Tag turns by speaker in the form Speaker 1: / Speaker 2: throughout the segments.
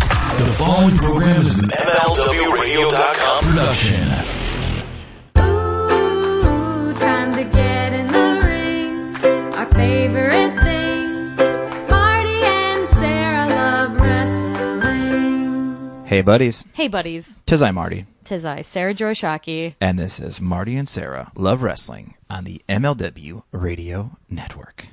Speaker 1: The following program is an MLWRadio.com production.
Speaker 2: Ooh, time to get in the ring. Our favorite thing. Marty and Sarah love wrestling.
Speaker 3: Hey, buddies.
Speaker 4: Hey, buddies.
Speaker 3: Tis I, Marty.
Speaker 4: Tis I, Sarah Joy Shockey.
Speaker 3: And this is Marty and Sarah Love Wrestling on the MLW Radio Network.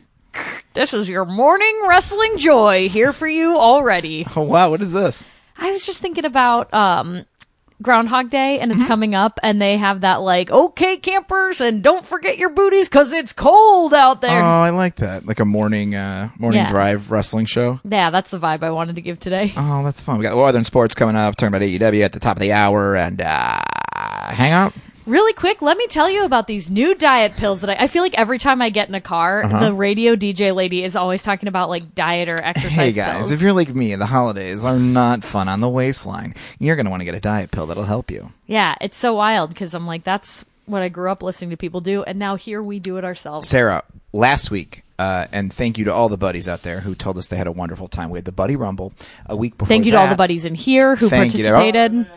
Speaker 4: This is your morning wrestling joy here for you already.
Speaker 3: Oh, wow. What is this?
Speaker 4: I was just thinking about um, Groundhog Day, and it's
Speaker 3: Mm-hmm.
Speaker 4: coming up, and they have that like, okay, campers, and don't forget your booties because it's cold out
Speaker 3: Oh,
Speaker 4: there.
Speaker 3: I like that. Like a morning uh, morning
Speaker 4: Yeah.
Speaker 3: drive wrestling show.
Speaker 4: yeah, that's the vibe I wanted to give today.
Speaker 3: Oh, that's fun. We got Northern Sports coming up, talking about AEW at the top of the hour, and uh, hang out.
Speaker 4: Really quick, let me tell you about these new diet pills that I, I feel like every time I get in a car, the radio DJ lady is always talking about like diet or
Speaker 3: Uh-huh. Hey,
Speaker 4: exercise
Speaker 3: guys,
Speaker 4: pills.
Speaker 3: if you're like me, the holidays are not fun on the waistline. You're going to want to get a diet pill that'll help you.
Speaker 4: yeah, it's so wild because I'm like, that's what I grew up listening to people do, and now here we do it ourselves.
Speaker 3: Sarah, last week, uh, and thank you to all the buddies out there who told us they had a wonderful time. We had the Buddy Rumble a week before.
Speaker 4: Thank you to all
Speaker 3: that.
Speaker 4: the buddies in here who
Speaker 3: Thank you.
Speaker 4: participated.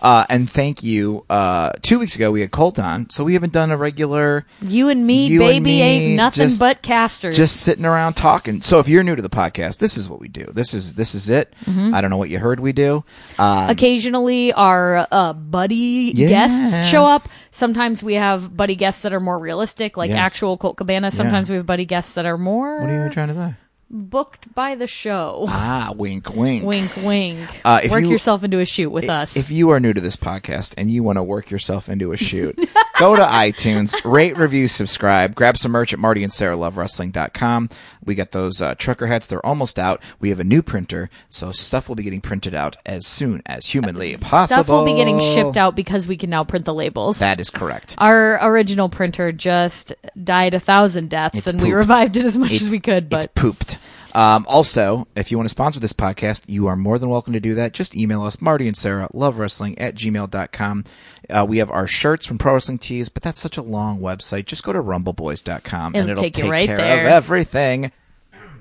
Speaker 3: Uh, and thank you. Uh, two weeks ago, we had Colt on, so we haven't done a regular
Speaker 4: You and me,
Speaker 3: You and
Speaker 4: baby,
Speaker 3: me,
Speaker 4: ain't nothing
Speaker 3: just-
Speaker 4: but casters.
Speaker 3: just sitting around talking. So if you're new to the podcast, this is what we do. This is this is it.
Speaker 4: Mm-hmm.
Speaker 3: I don't know what you heard we do. Uh,
Speaker 4: Occasionally, our uh, buddy
Speaker 3: Yes.
Speaker 4: guests show up. Sometimes we have buddy guests that are more realistic, like
Speaker 3: Yes.
Speaker 4: actual Colt Cabana. Sometimes we have buddy guests that are
Speaker 3: what are
Speaker 4: more
Speaker 3: you trying to say?
Speaker 4: booked by the show.
Speaker 3: Ah, wink, wink.
Speaker 4: wink, wink.
Speaker 3: Uh, if
Speaker 4: Work
Speaker 3: you-
Speaker 4: yourself into a shoot with us.
Speaker 3: If you are new to this podcast and you want to work yourself into a shoot, go to iTunes, rate, review, subscribe, grab some merch at Marty and Sarah Love Wrestling.com. We got those uh, trucker hats. They're almost out. We have a new printer, so stuff will be getting printed out as soon as humanly possible.
Speaker 4: Stuff will be getting shipped out because we can now print the labels.
Speaker 3: That is correct.
Speaker 4: our original printer just died a thousand deaths, and we
Speaker 3: pooped.
Speaker 4: revived it as much
Speaker 3: It's-
Speaker 4: as we could. But
Speaker 3: it's pooped. Um, also, if you want to sponsor this podcast, you are more than welcome to do that. Just email us, Marty and Sarah, love wrestling at gmail.com. Uh, we have our shirts from Pro Wrestling Tees, but that's such a long website. Just go to rumbleboys.com and
Speaker 4: It'll
Speaker 3: it'll take,
Speaker 4: take you right
Speaker 3: care
Speaker 4: there.
Speaker 3: of everything.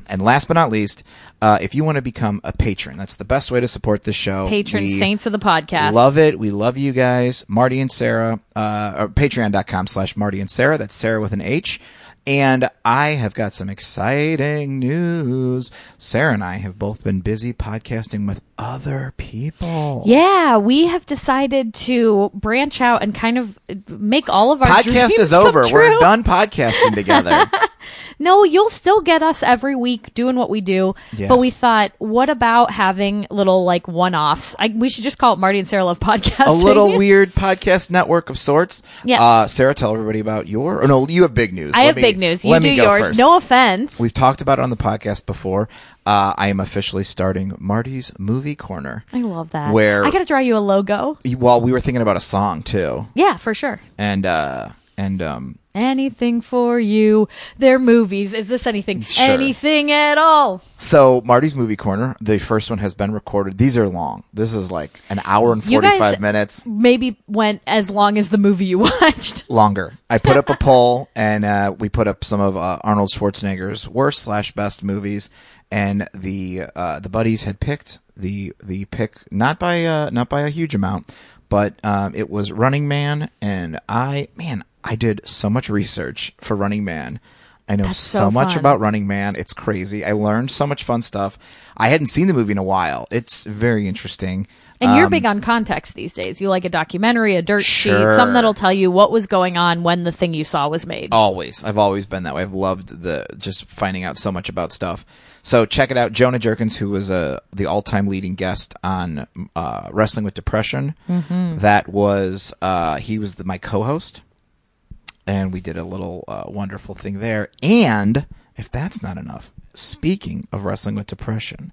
Speaker 3: And last but not least, uh, if you want to become a patron, that's the best way to support this show.
Speaker 4: patron
Speaker 3: We-
Speaker 4: saints of the podcast.
Speaker 3: Love it. We love you guys. Marty and Sarah, uh, or patreon.com slash Marty and Sarah. That's Sarah with an H. And I have got some exciting news. Sarah and I have both been busy podcasting with other people.
Speaker 4: Yeah, we have decided to branch out and kind of make all of our
Speaker 3: Podcast
Speaker 4: dreams
Speaker 3: is
Speaker 4: come
Speaker 3: over. We're
Speaker 4: true.
Speaker 3: done podcasting together.
Speaker 4: No, you'll still get us every week doing what we do.
Speaker 3: Yes.
Speaker 4: But we thought, what about having little like one-offs? I, we should just call it Marty and Sarah Love Podcast.
Speaker 3: a little weird podcast network of sorts.
Speaker 4: Yeah.
Speaker 3: Uh, Sarah, tell everybody about your. Oh, no, you have big news.
Speaker 4: I
Speaker 3: Let
Speaker 4: have
Speaker 3: me-
Speaker 4: big news. You
Speaker 3: let
Speaker 4: do
Speaker 3: me go
Speaker 4: yours.
Speaker 3: first.
Speaker 4: No offense.
Speaker 3: We've talked about it on the podcast before. Uh, I am officially starting Marty's Movie Corner.
Speaker 4: I love that.
Speaker 3: Where-
Speaker 4: I got to draw you a logo.
Speaker 3: Well, we were thinking about a song too,
Speaker 4: Yeah, for sure.
Speaker 3: and uh, and um,
Speaker 4: Anything for you. Their movies. Is this anything?
Speaker 3: Sure.
Speaker 4: Anything at all?
Speaker 3: so Marty's movie corner. The first one has been recorded. These are long. This is like an hour and
Speaker 4: You
Speaker 3: forty
Speaker 4: guys-
Speaker 3: five minutes
Speaker 4: Maybe went as long as the movie you watched.
Speaker 3: longer. I put up a poll, and uh, we put up some of uh, Arnold Schwarzenegger's worst slash best movies, and the uh, the buddies had picked the the pick not by uh, not by a huge amount, but um, it was Running Man, and I man I did so much research for Running Man. I know so,
Speaker 4: so
Speaker 3: much
Speaker 4: fun.
Speaker 3: about Running Man. It's crazy. I learned so much fun stuff. I hadn't seen the movie in a while. It's very interesting.
Speaker 4: And you're big on context these days. You like a documentary, a dirt
Speaker 3: Um, Sure. Oh,
Speaker 4: sheet, something that'll tell you what was going on when the thing you saw was made.
Speaker 3: always i've always been that way i've loved the just finding out so much about stuff so check it out jonah jerkins who was uh, the all-time leading guest on uh, wrestling with depression
Speaker 4: Mm-hmm.
Speaker 3: that was uh, he was the, my co-host and we did a little uh, wonderful thing there and if that's not enough speaking of wrestling with depression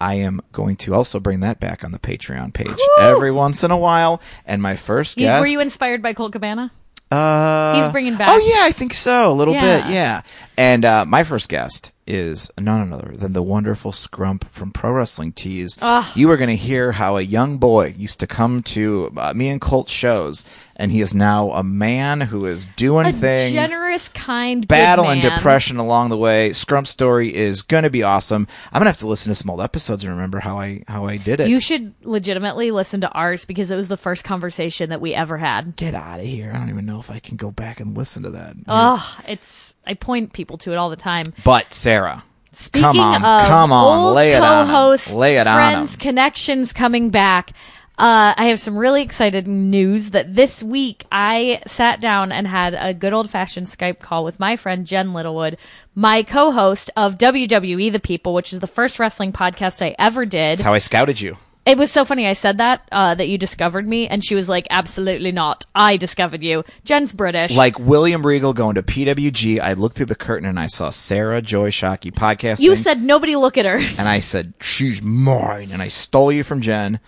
Speaker 3: I am going to also bring that back on the Patreon page every once in a while. And my first
Speaker 4: You-
Speaker 3: guest,
Speaker 4: Were you inspired by Colt Cabana?
Speaker 3: uh,
Speaker 4: He's bringing back-
Speaker 3: Oh yeah, I Oh, think so. A little
Speaker 4: Yeah.
Speaker 3: bit, yeah. And uh, my first guest is none other than the wonderful Scrump from Pro Wrestling Tees. You are going to hear how a young boy used to come to uh, me and Colt shows, and he is now a man who is doing
Speaker 4: A
Speaker 3: things
Speaker 4: generous, kind good
Speaker 3: battle and
Speaker 4: man.
Speaker 3: depression along the way. Scrump story is going to be awesome. I'm gonna have to listen to some old episodes and remember how I how I did it.
Speaker 4: You should legitimately listen to ours because it was the first conversation that we ever had.
Speaker 3: get out of here. I don't even know if I can go back and listen to that.
Speaker 4: Ugh, it's I point people to it all the time.
Speaker 3: but Sarah,
Speaker 4: Speaking
Speaker 3: come on,
Speaker 4: of
Speaker 3: come on,
Speaker 4: old
Speaker 3: lay it on 'em.
Speaker 4: co-hosts,
Speaker 3: lay it on 'em.
Speaker 4: friends, connections coming back. Uh, I have some really excited news that this week I sat down and had a good old fashioned Skype call with my friend Jen Littlewood, my co-host of WWE The People, which is the first wrestling podcast I ever did.
Speaker 3: That's how I scouted you.
Speaker 4: It was so funny. I said that uh, that you discovered me, and she was like, "Absolutely not. I discovered you." Jen's British.
Speaker 3: Like William Regal going to PWG, I looked through the curtain and I saw Sarah Joy Shockey podcasting.
Speaker 4: you said, nobody look at her.
Speaker 3: and I said, "She's mine," and I stole you from Jen.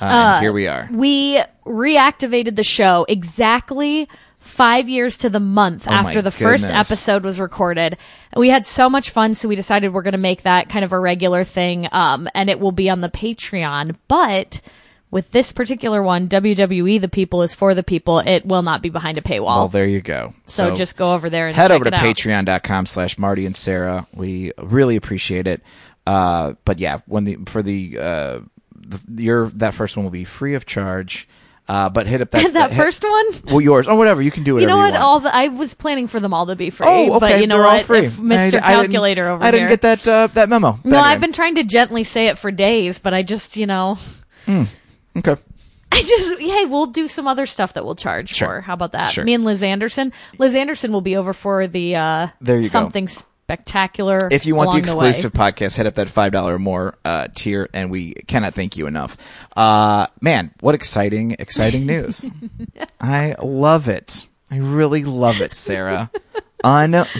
Speaker 3: Uh, and here we are.
Speaker 4: we reactivated the show exactly five years to the month
Speaker 3: Oh my
Speaker 4: after the first
Speaker 3: goodness.
Speaker 4: episode was recorded. We had so much fun, so we decided we're going to make that kind of a regular thing, um, and it will be on the Patreon. But with this particular one, WWE The People is for the people. It will not be behind a paywall.
Speaker 3: Well, there you go.
Speaker 4: so, just go over there and
Speaker 3: head
Speaker 4: check
Speaker 3: over to
Speaker 4: it out.
Speaker 3: patreon.com slash marty and sarah we really appreciate it uh but yeah when the for the uh the, your that first one will be free of charge uh but hit up that
Speaker 4: that
Speaker 3: hit-
Speaker 4: first one.
Speaker 3: well yours or whatever you can do
Speaker 4: You
Speaker 3: whatever
Speaker 4: know what?
Speaker 3: want.
Speaker 4: All the, I was planning for them all to be free,
Speaker 3: oh okay
Speaker 4: but you know
Speaker 3: they're
Speaker 4: what?
Speaker 3: all free
Speaker 4: If Mr.
Speaker 3: I- I didn't-
Speaker 4: Calculator over
Speaker 3: i didn't
Speaker 4: here.
Speaker 3: get that uh that memo
Speaker 4: No, I've been trying to gently say it for days, but I just, you know,
Speaker 3: been okay
Speaker 4: I just, hey, we'll do some other stuff that we'll charge
Speaker 3: Sure.
Speaker 4: for. How about that?
Speaker 3: Sure.
Speaker 4: Me and Liz Anderson. Liz Anderson will be over for the uh,
Speaker 3: There you go.
Speaker 4: something spectacular.
Speaker 3: If you want the
Speaker 4: along way.
Speaker 3: exclusive podcast, hit up that five dollar or more uh, tier, and we cannot thank you enough. Uh, man, what exciting, exciting news! I love it. I really love it, Sarah.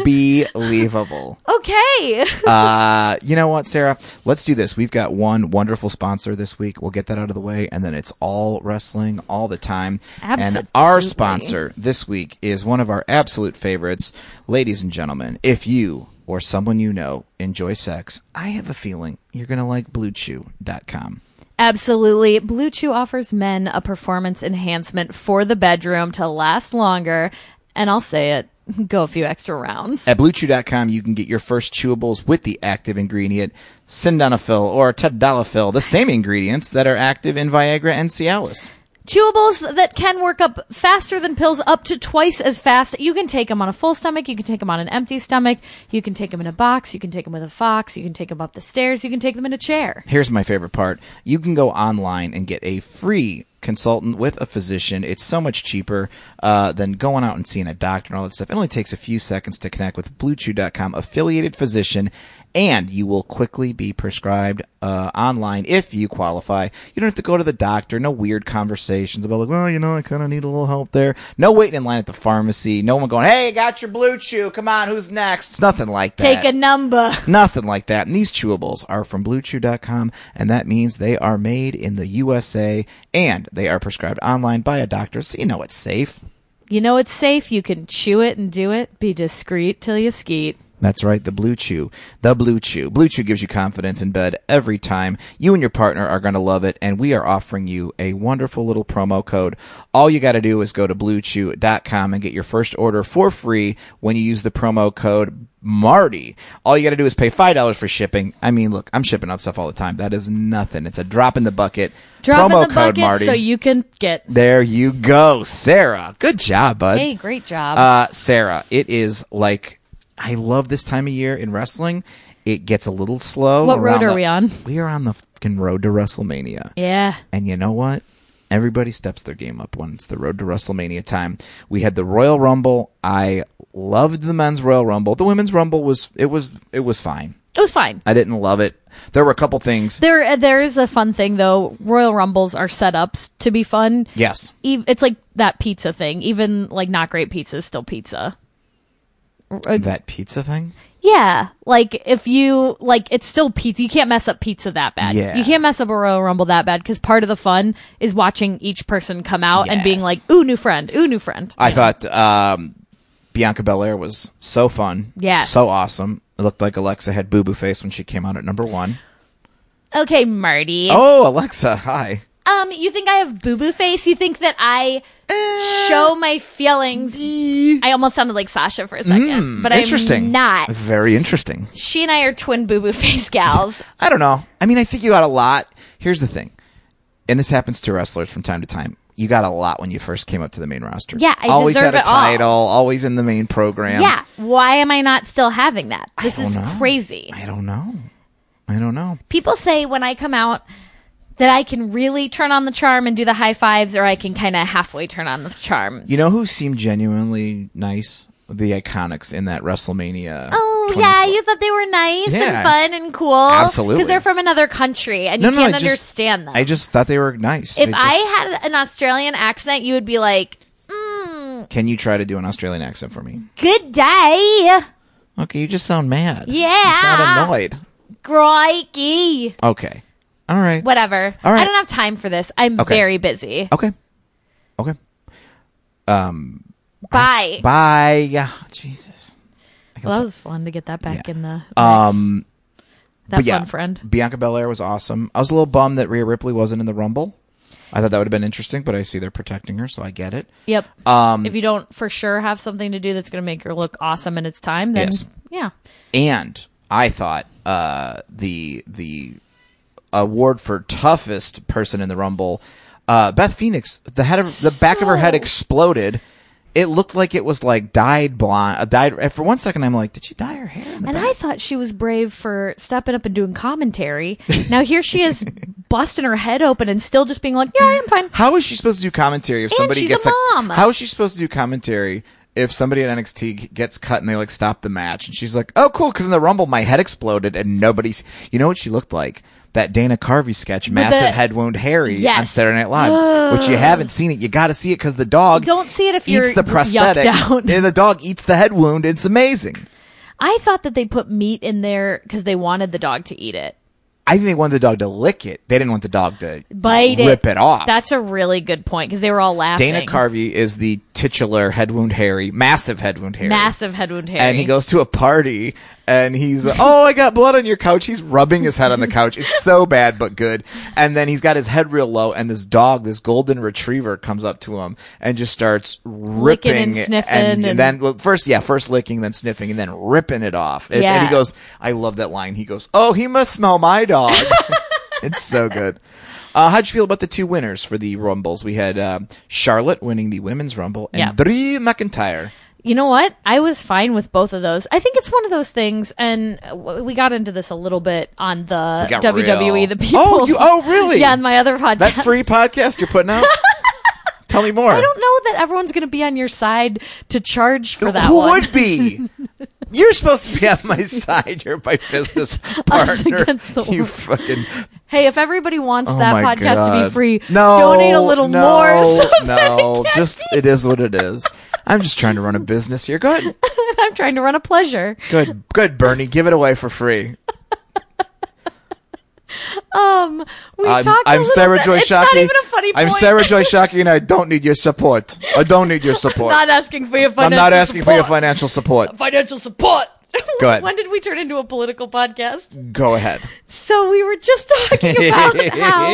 Speaker 3: Unbelievable.
Speaker 4: okay.
Speaker 3: Uh, you know what, Sarah? Let's do this. We've got one wonderful sponsor this week. We'll get that out of the way, and then it's all wrestling all the time. And our
Speaker 4: Absolutely.
Speaker 3: sponsor this week is one of our absolute favorites. Ladies and gentlemen, if you or someone you know enjoy sex, I have a feeling you're going to like BlueChew.com.
Speaker 4: Absolutely. Blue Chew offers men a performance enhancement for the bedroom to last longer. And I'll say it go a few extra rounds.
Speaker 3: At BlueChew.com, you can get your first chewables with the active ingredient sildenafil or tadalafil, the same ingredients that are active in Viagra and Cialis.
Speaker 4: Chewables that can work up faster than pills, up to twice as fast. You can take them on a full stomach. You can take them on an empty stomach. You can take them in a box. You can take them with a fox. You can take them up the stairs. You can take them in a chair.
Speaker 3: Here's my favorite part. You can go online and get a free consultant with a physician. It's so much cheaper uh, than going out and seeing a doctor and all that stuff. It only takes a few seconds to connect with BlueChew.com affiliated physician, and you will quickly be prescribed uh, online if you qualify. You don't have to go to the doctor. No weird conversations about like, well, you know, I kind of need a little help there. No waiting in line at the pharmacy. No one going, hey, got your Blue Chew. Come on, who's next? It's nothing like that.
Speaker 4: Take a number.
Speaker 3: Nothing like that. And these chewables are from bluechew.com, and that means they are made in the USA and they are prescribed online by a doctor, so you know it's safe.
Speaker 4: You know it's safe. You can chew it and do it. Be discreet till you skeet.
Speaker 3: That's right, the Blue Chew. The Blue Chew. Blue Chew gives you confidence in bed every time. You and your partner are going to love it, and we are offering you a wonderful little promo code. All you got to do is go to bluechew.com and get your first order for free when you use the promo code Marty. All you got to do is pay $5 for shipping. I mean, look, I'm shipping out stuff all the time. That is nothing. It's a drop in the bucket.
Speaker 4: Drop
Speaker 3: promo
Speaker 4: in the
Speaker 3: code
Speaker 4: bucket
Speaker 3: Marty.
Speaker 4: so you can get.
Speaker 3: there you go, Sarah. Good job, bud.
Speaker 4: Hey, great job.
Speaker 3: Uh, Sarah, it is like I love this time of year in wrestling. It gets a little slow.
Speaker 4: What road
Speaker 3: around
Speaker 4: are
Speaker 3: the-
Speaker 4: we on?
Speaker 3: We are on the fucking road to WrestleMania.
Speaker 4: yeah.
Speaker 3: And you know what? Everybody steps their game up when it's the road to WrestleMania time. We had the Royal Rumble. I loved the men's Royal Rumble. The women's Rumble was it was it was fine.
Speaker 4: It was fine.
Speaker 3: I didn't love it. There were a couple things.
Speaker 4: There, uh, there is a fun thing though. Royal Rumbles are setups to be fun.
Speaker 3: Yes.
Speaker 4: Ev- it's like that pizza thing. Even like not great pizza is still pizza. R- uh,
Speaker 3: That pizza thing?
Speaker 4: yeah, like if you like, it's still pizza. You can't mess up pizza that bad.
Speaker 3: Yeah.
Speaker 4: You can't mess up a Royal Rumble that bad because part of the fun is watching each person come out and being
Speaker 3: Yes.
Speaker 4: like, "Ooh, new friend. Ooh, new friend."
Speaker 3: I thought um, Bianca Belair was so fun.
Speaker 4: Yes.
Speaker 3: So awesome. It looked like Alexa had boo boo face when she came out at number one.
Speaker 4: Okay, Marty.
Speaker 3: Oh, Alexa, hi.
Speaker 4: Um, you think I have boo boo face? You think that I show my feelings? I almost sounded like Sasha for a second, but
Speaker 3: Hmm, interesting.
Speaker 4: I'm not.
Speaker 3: Very interesting.
Speaker 4: She and I are twin boo boo face gals.
Speaker 3: I don't know. I mean, I think you got a lot. Here's the thing, and this happens to wrestlers from time to time. You got a lot when you first came up to the main roster.
Speaker 4: Yeah, I
Speaker 3: always
Speaker 4: deserve
Speaker 3: had a
Speaker 4: it all.
Speaker 3: title, always in the main program.
Speaker 4: yeah. Why am I not still having that? This
Speaker 3: don't
Speaker 4: is
Speaker 3: know.
Speaker 4: crazy.
Speaker 3: I don't know. I don't know.
Speaker 4: People say when I come out that I can really turn on the charm and do the high fives, or I can kind of halfway turn on the charm.
Speaker 3: You know who seemed genuinely nice? The Iconics in that WrestleMania.
Speaker 4: Oh
Speaker 3: 24.
Speaker 4: yeah, you thought they were nice
Speaker 3: Yeah.
Speaker 4: and fun and cool.
Speaker 3: Absolutely.
Speaker 4: because they're from another country and
Speaker 3: No,
Speaker 4: you
Speaker 3: no,
Speaker 4: can't
Speaker 3: I just-
Speaker 4: understand them.
Speaker 3: I just thought they were nice.
Speaker 4: if
Speaker 3: They just-
Speaker 4: I had an Australian accent, you would be like, mm,
Speaker 3: can you try to do an Australian accent for me?
Speaker 4: "Good day,
Speaker 3: Okay, you just sound mad.
Speaker 4: Yeah.
Speaker 3: you sound annoyed.
Speaker 4: crikey,
Speaker 3: Okay, all right.
Speaker 4: whatever."
Speaker 3: All right.
Speaker 4: I don't have time for this. I'm
Speaker 3: Okay.
Speaker 4: very busy.
Speaker 3: Okay, okay.
Speaker 4: Bye.
Speaker 3: Bye. Yeah, Jesus.
Speaker 4: Well, that was fun to get that back
Speaker 3: Yeah.
Speaker 4: in the mix.
Speaker 3: Um,
Speaker 4: that
Speaker 3: yeah,
Speaker 4: fun friend.
Speaker 3: Bianca Belair was awesome. I was a little bummed that Rhea Ripley wasn't in the Rumble. I thought that would have been interesting, but I see they're protecting her, so I get it.
Speaker 4: Yep.
Speaker 3: Um,
Speaker 4: if you don't for sure have something to do that's going to make her look awesome in its time, then
Speaker 3: Yes.
Speaker 4: yeah.
Speaker 3: and I thought uh, the the award for toughest person in the Rumble, uh, Beth Phoenix, the head of the back of her head
Speaker 4: So-
Speaker 3: exploded. It looked like it was like dyed blonde. Uh, dyed for one second. I'm like, did she dye her hair? In the
Speaker 4: And
Speaker 3: back?
Speaker 4: I thought she was brave for stepping up and doing commentary. Now here she is busting her head open and still just being like, "Yeah, I'm fine."
Speaker 3: How is she supposed to do commentary if
Speaker 4: And
Speaker 3: somebody
Speaker 4: she's a
Speaker 3: gets
Speaker 4: mom.
Speaker 3: How is she supposed to do commentary if somebody at NXT g- gets cut and they like stop the match and she's like, "Oh, cool," because in the Rumble my head exploded and nobody's. You know what she looked like? That Dana Carvey sketch, massive
Speaker 4: the-
Speaker 3: head wound Harry on
Speaker 4: Yes.
Speaker 3: Saturday Night Live, which you haven't seen it. You got to see it because the dog
Speaker 4: Don't see it if
Speaker 3: eats
Speaker 4: you're
Speaker 3: the
Speaker 4: yucked
Speaker 3: prosthetic,
Speaker 4: out.
Speaker 3: and the dog eats the head wound. It's amazing.
Speaker 4: I thought that they put meat in there because they wanted the dog to eat it,
Speaker 3: I think they wanted the dog to lick it. They didn't want the dog to
Speaker 4: bite it,
Speaker 3: rip it off.
Speaker 4: That's a really good point because they were all laughing.
Speaker 3: Dana Carvey is the titular head wound Harry, massive head wound Harry,
Speaker 4: massive head wound hair,
Speaker 3: and he goes to a party and he's oh i got blood on your couch he's rubbing his head on the couch it's so bad but good and then he's got his head real low and this dog this golden retriever comes up to him and just starts ripping
Speaker 4: and sniffing
Speaker 3: and,
Speaker 4: and-
Speaker 3: then well, first yeah first licking then sniffing and then ripping it off It's- and
Speaker 4: Yeah.
Speaker 3: he goes i love that line he goes oh he must smell my dog it's so good uh, how'd you feel about the two winners for the Rumbles? We had um Charlotte winning the Women's Rumble and
Speaker 4: Yeah.
Speaker 3: Dree McIntyre.
Speaker 4: You know what? I was fine with both of those. I think it's one of those things, and w- we got into this a little bit on the
Speaker 3: We got
Speaker 4: WWE.
Speaker 3: real.
Speaker 4: The people.
Speaker 3: Oh, you- oh, really?
Speaker 4: yeah, on my other podcast.
Speaker 3: That free podcast you're putting out? Tell me more.
Speaker 4: I don't know that everyone's going to be on your side to charge for that
Speaker 3: Who
Speaker 4: one.
Speaker 3: would be? You're supposed to be on my side. You're my business partner.
Speaker 4: against the
Speaker 3: you
Speaker 4: world.
Speaker 3: fucking.
Speaker 4: Hey, if everybody wants
Speaker 3: Oh
Speaker 4: that
Speaker 3: my
Speaker 4: podcast to
Speaker 3: God.
Speaker 4: be free,
Speaker 3: No,
Speaker 4: donate a little
Speaker 3: no,
Speaker 4: more. So
Speaker 3: no, just it is what it is. I'm just trying to run a business here. Good,
Speaker 4: that I'm trying to run a pleasure.
Speaker 3: good, good, Bernie. Give it away for free.
Speaker 4: Um, we
Speaker 3: I'm,
Speaker 4: talked. a
Speaker 3: I'm
Speaker 4: little
Speaker 3: Sarah
Speaker 4: bit-
Speaker 3: Joy
Speaker 4: it's
Speaker 3: Shockey.
Speaker 4: not even a funny.
Speaker 3: I'm
Speaker 4: point.
Speaker 3: Sarah Joy Shockey, and I don't need your support. I don't need your support.
Speaker 4: Not asking for your
Speaker 3: I'm
Speaker 4: financial.
Speaker 3: not asking for your
Speaker 4: support.
Speaker 3: financial support.
Speaker 4: financial support.
Speaker 3: Go ahead.
Speaker 4: when did we turn into a political podcast?
Speaker 3: Go ahead.
Speaker 4: So we were just talking about how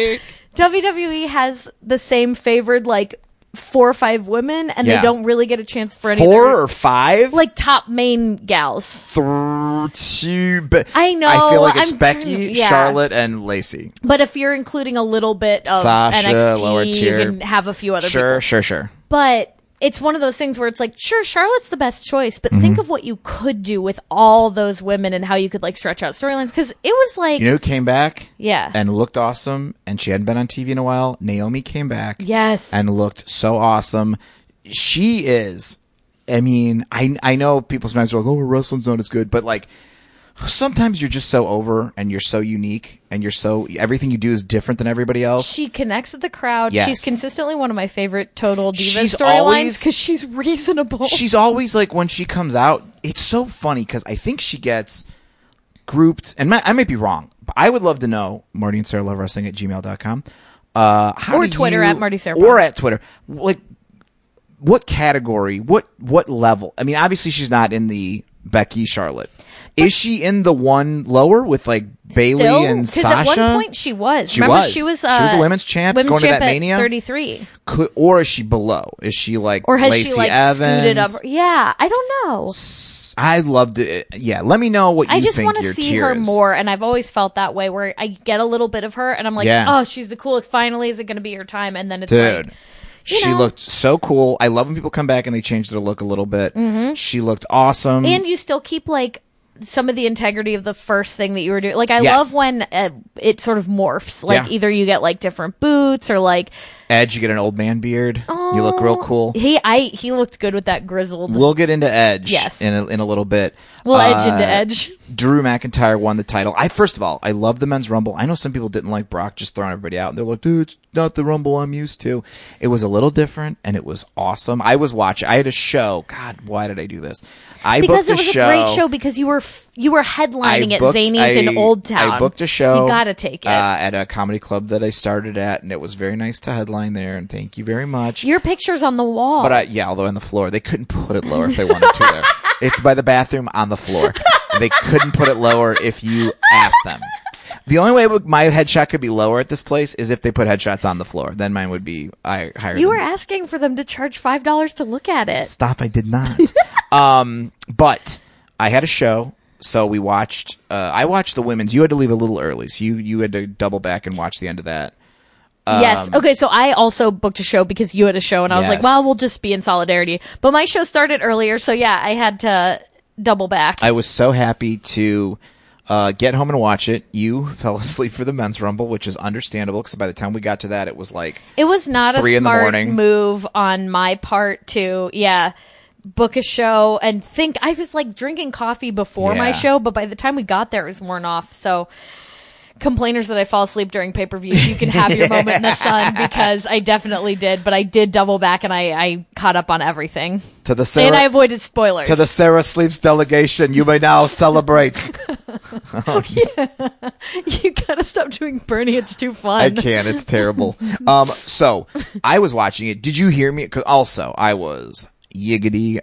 Speaker 4: WWE has the same favored like four or five women, and
Speaker 3: Yeah.
Speaker 4: they don't really get a chance for any
Speaker 3: Four
Speaker 4: other-
Speaker 3: or five?
Speaker 4: like top main gals.
Speaker 3: through two. But
Speaker 4: I know,
Speaker 3: I feel like it's
Speaker 4: I'm
Speaker 3: Becky,
Speaker 4: trying- yeah.
Speaker 3: Charlotte, and Lacey.
Speaker 4: But if you're including a little bit of
Speaker 3: Sasha,
Speaker 4: NXT,
Speaker 3: lower tier.
Speaker 4: you can have a few other people.
Speaker 3: sure, sure.
Speaker 4: But it's one of those things where it's like, sure, Charlotte's the best choice, but
Speaker 3: Mm-hmm.
Speaker 4: think of what you could do with all those women and how you could like stretch out storylines. Because it was like,
Speaker 3: You know who came back?
Speaker 4: Yeah.
Speaker 3: And looked awesome, and she hadn't been on TV in a while. Naomi came back.
Speaker 4: yes,
Speaker 3: And looked so awesome. She is. I mean, I I know people's minds are like, oh, wrestling's not as good, but like sometimes you're just so over and you're so unique and you're so everything you do is different than everybody else.
Speaker 4: she connects with the crowd.
Speaker 3: Yes.
Speaker 4: She's consistently one of my favorite total diva
Speaker 3: She's
Speaker 4: storylines
Speaker 3: always-
Speaker 4: because she's reasonable.
Speaker 3: she's always like when she comes out it's so funny because i think she gets grouped and my, i might be wrong but i would love to know marty and sarah love wrestling at gmail.com uh how
Speaker 4: Or
Speaker 3: do
Speaker 4: Twitter
Speaker 3: you-
Speaker 4: at Marty Sarah
Speaker 3: or
Speaker 4: Pod.
Speaker 3: at twitter like what category what what level i mean obviously she's not in the becky charlotte Is she in the one lower with like Bailey
Speaker 4: Still,
Speaker 3: and
Speaker 4: at
Speaker 3: Sasha?
Speaker 4: one point she was.
Speaker 3: She
Speaker 4: Remember,
Speaker 3: was.
Speaker 4: she was.
Speaker 3: She
Speaker 4: Uh,
Speaker 3: was the women's champ
Speaker 4: Women's
Speaker 3: going to
Speaker 4: champ
Speaker 3: that
Speaker 4: at
Speaker 3: Mania?
Speaker 4: thirty-three,
Speaker 3: Could, or is she below? Is she like
Speaker 4: or has
Speaker 3: Lacey
Speaker 4: she like
Speaker 3: Evans?
Speaker 4: scooted up? Yeah, I don't know.
Speaker 3: I loved it. Yeah, let me know what you
Speaker 4: I just
Speaker 3: think
Speaker 4: want to
Speaker 3: your
Speaker 4: see
Speaker 3: tier
Speaker 4: her
Speaker 3: is.
Speaker 4: more, and I've always felt that way, where I get a little bit of her, and I'm like,
Speaker 3: Yeah.
Speaker 4: oh, she's the coolest. Finally, is it going to be her time? And then it's
Speaker 3: Dude.
Speaker 4: like, you
Speaker 3: she
Speaker 4: know.
Speaker 3: looked so cool. I love when people come back and they change their look a little bit. She looked awesome.
Speaker 4: Mm-hmm. and you still keep like some of the integrity of the first thing that you were doing. Like I
Speaker 3: Yes.
Speaker 4: love when uh, it sort of morphs. Like
Speaker 3: Yeah.
Speaker 4: either you get like different boots or like
Speaker 3: Edge, you get an old man beard. you look real cool.
Speaker 4: He I he looked good with that grizzled.
Speaker 3: We'll get into Edge
Speaker 4: Yes.
Speaker 3: in a, in a little bit.
Speaker 4: Well,
Speaker 3: Uh,
Speaker 4: edge into edge.
Speaker 3: Drew McIntyre won the title. I first of all, I love the men's rumble. I know some people didn't like Brock just throwing everybody out. They're like, dude, it's not the rumble I'm used to. It was a little different and it was awesome. I was watching. I had a show. God, why did I do this? I
Speaker 4: Because
Speaker 3: booked
Speaker 4: it was a, great show because you were f- you were headlining
Speaker 3: I
Speaker 4: at
Speaker 3: booked-
Speaker 4: Zany's
Speaker 3: I-
Speaker 4: in Old Town.
Speaker 3: I booked a show.
Speaker 4: You gotta take it.
Speaker 3: uh, at a comedy club that I started at, and it was very nice to headline there. And thank you very much.
Speaker 4: Your picture's on the wall.
Speaker 3: But I, yeah, although on the floor, they couldn't put it lower if they wanted to. There, it's by the bathroom on the floor. They couldn't put it lower if you asked them. The only way would- my headshot could be lower at this place is if they put headshots on the floor. Then mine would be I, higher.
Speaker 4: you
Speaker 3: than-
Speaker 4: were asking for them to charge five dollars to look at it.
Speaker 3: Stop! I did not. um, but I had a show, so we watched. Uh, I watched the women's. You had to leave a little early, so you you had to double back and watch the end of that.
Speaker 4: yes. Okay. So I also booked a show because you had a show, and I was like,
Speaker 3: Yes.
Speaker 4: "Well, we'll just be in solidarity." But my show started earlier, so yeah, I had to double back.
Speaker 3: I was so happy to uh, get home and watch it. You fell asleep for the men's rumble, which is understandable because by the time we got to that, it was like
Speaker 4: It was not
Speaker 3: Three
Speaker 4: a
Speaker 3: in the
Speaker 4: smart
Speaker 3: morning.
Speaker 4: move on my part to, yeah, book a show and think. I was like drinking coffee before
Speaker 3: Yeah.
Speaker 4: my show, but by the time we got there, it was worn off. So, complainers that I fall asleep during pay per views, you can have your moment in the sun because I definitely did, but I did double back and I, I caught up on everything.
Speaker 3: to the
Speaker 4: and I
Speaker 3: Sarah,
Speaker 4: avoided spoilers.
Speaker 3: to the Sarah sleeps delegation. You may now celebrate.
Speaker 4: you gotta stop doing Bernie. It's too
Speaker 3: I
Speaker 4: fun.
Speaker 3: can't. It's terrible. Um, so I was watching it. Did you hear me? 'Cause also I was yiggity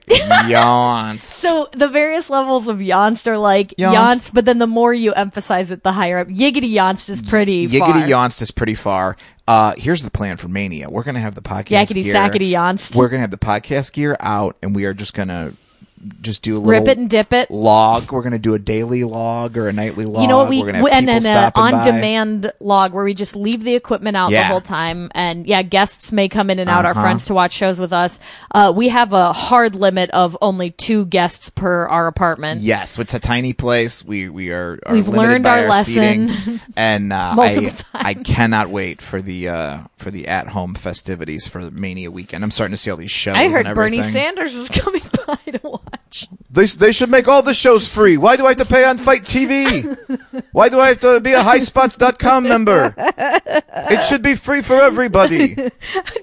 Speaker 3: yawns.
Speaker 4: So the various levels of yonst are like
Speaker 3: Yonst.
Speaker 4: yonst, but then the more you emphasize it, the higher up. Yiggity yonst is pretty far.
Speaker 3: Yiggity yonst is pretty far. Uh, here's the plan for Mania. We're gonna have the podcast
Speaker 4: Yakety
Speaker 3: gear.
Speaker 4: sackety yonst.
Speaker 3: We're gonna have the podcast gear out, and we are just gonna just do a little
Speaker 4: Rip it and dip it.
Speaker 3: log. We're gonna do a daily log or a nightly log.
Speaker 4: You know what we
Speaker 3: We're gonna have
Speaker 4: and
Speaker 3: people
Speaker 4: then uh,
Speaker 3: stopping
Speaker 4: on
Speaker 3: by.
Speaker 4: demand log where we just leave the equipment out
Speaker 3: Yeah.
Speaker 4: the whole time and yeah guests may come in and out
Speaker 3: Uh-huh.
Speaker 4: our friends to watch shows with us. Uh, we have a hard limit of only two guests per our apartment.
Speaker 3: Yes, it's a tiny place. We we are, are
Speaker 4: We've
Speaker 3: limited
Speaker 4: learned
Speaker 3: by
Speaker 4: our
Speaker 3: seating.
Speaker 4: lesson
Speaker 3: and uh, I
Speaker 4: multiple
Speaker 3: I cannot wait for the uh, for the at home festivities for the Mania weekend. I'm starting to see all these shows.
Speaker 4: I
Speaker 3: and
Speaker 4: heard Bernie
Speaker 3: everything.
Speaker 4: Sanders was coming by to watch.
Speaker 3: They, they should make all the shows free. Why do I have to pay on Fight TV? Why do I have to be a highspots.com member? It should be free for everybody.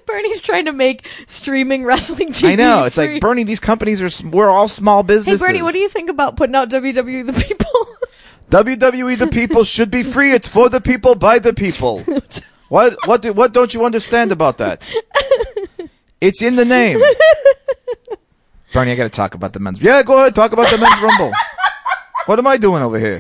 Speaker 4: Bernie's trying to make streaming wrestling TV.
Speaker 3: I know. It's
Speaker 4: free.
Speaker 3: like, Bernie, these companies are, s- we're all small
Speaker 4: Hey
Speaker 3: businesses.
Speaker 4: Bernie, what do you think about putting out WWE the people?
Speaker 3: WWE E, the people should be free. It's for the people by the people. What, what, do, what don't you understand about that? It's in the name. Bernie, I gotta talk about the men's. Yeah, go ahead. Talk about the men's rumble. What am I doing over here?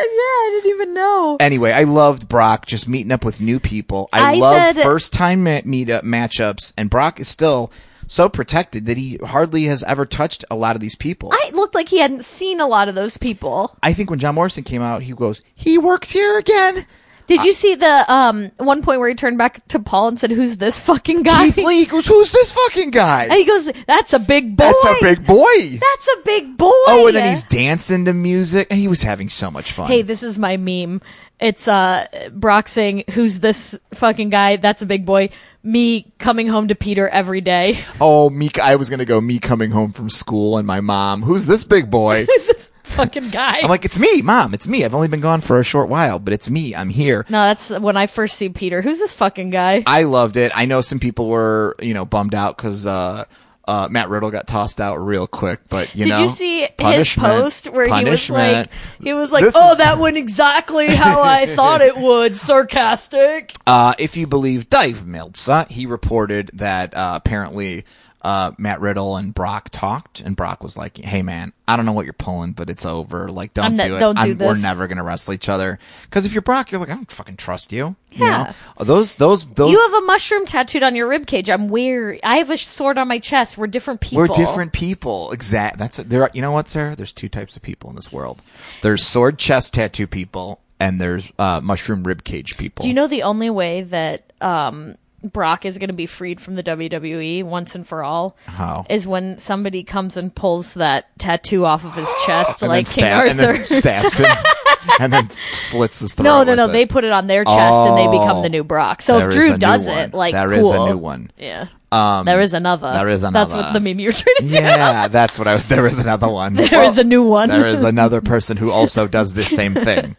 Speaker 4: yeah, I didn't even know.
Speaker 3: anyway, I loved Brock just meeting up with new people. I,
Speaker 4: I
Speaker 3: love
Speaker 4: said-
Speaker 3: first time ma- meet up matchups, and Brock is still so protected that he hardly has ever touched a lot of these people. I,
Speaker 4: It looked like he hadn't seen a lot of those people.
Speaker 3: think when John Morrison came out, he goes, "He works here again."
Speaker 4: Did you see the um one point where he turned back to Paul and said, "Who's this fucking guy?"
Speaker 3: Keith Lee goes, "Who's this fucking guy?"
Speaker 4: And he goes, "That's a big boy.
Speaker 3: That's a big boy.
Speaker 4: That's a big boy."
Speaker 3: oh, and then he's dancing to music, and he was having so much fun.
Speaker 4: Hey, this is my meme. It's uh Brock saying, "Who's this fucking guy? That's a big boy." Me coming home to Peter every day.
Speaker 3: oh, me, I was gonna go me coming home from school, and my mom, "Who's this big boy?"
Speaker 4: Who's this fucking guy?
Speaker 3: I'm like, "It's me, mom. It's me. I've only been gone for a short while, but it's me. I'm here."
Speaker 4: no, that's when I first see Peter. Who's this fucking guy?
Speaker 3: I loved it. I know some people were, you know, bummed out because uh, uh, Matt Riddle got tossed out real quick. But you
Speaker 4: Did
Speaker 3: know,
Speaker 4: you see his
Speaker 3: punishment,
Speaker 4: post where he was
Speaker 3: punishment.
Speaker 4: like, he was like,
Speaker 3: This
Speaker 4: "Oh,
Speaker 3: is-
Speaker 4: that went exactly how I thought it would." Sarcastic.
Speaker 3: uh, if you believe Dave Meltzer, he reported that uh, apparently uh, Matt Riddle and Brock talked, and Brock was like, "Hey, man, I don't know what you're pulling, but it's over. Like, don't
Speaker 4: I'm not-
Speaker 3: do it.
Speaker 4: don't do
Speaker 3: I'm- We're
Speaker 4: this."
Speaker 3: never gonna wrestle each other because if you're Brock, you're like, I don't fucking trust you.
Speaker 4: Yeah.
Speaker 3: You know? Those those those
Speaker 4: You have a mushroom tattooed on your rib cage. I'm weird. I have a sword on my chest. We're different people.
Speaker 3: we're different people. Exact. That's it. There. Are, you know what, Sarah? There's two types of people in this world. There's sword chest tattoo people, and there's uh, mushroom rib cage people.
Speaker 4: Do you know the only way that um, Brock is going to be freed from the WWE once and for all
Speaker 3: How?
Speaker 4: is when somebody comes and pulls that tattoo off of his chest,
Speaker 3: and
Speaker 4: like
Speaker 3: then
Speaker 4: King
Speaker 3: stab-
Speaker 4: Arthur.
Speaker 3: and then stabs him, and then slits his throat.
Speaker 4: no, no,
Speaker 3: with
Speaker 4: no.
Speaker 3: it.
Speaker 4: They put it on their chest and they become
Speaker 3: Oh.
Speaker 4: the new Brock. So
Speaker 3: There
Speaker 4: if
Speaker 3: is a
Speaker 4: Drew
Speaker 3: new
Speaker 4: does
Speaker 3: one.
Speaker 4: it, like
Speaker 3: There
Speaker 4: cool.
Speaker 3: is a new one. Um,
Speaker 4: Yeah. there is another.
Speaker 3: there is
Speaker 4: That's
Speaker 3: another.
Speaker 4: what the meme you're trying to do.
Speaker 3: Yeah, that's what I was. There is another one. There is
Speaker 4: There is a new one.
Speaker 3: there is another person who also does this same thing.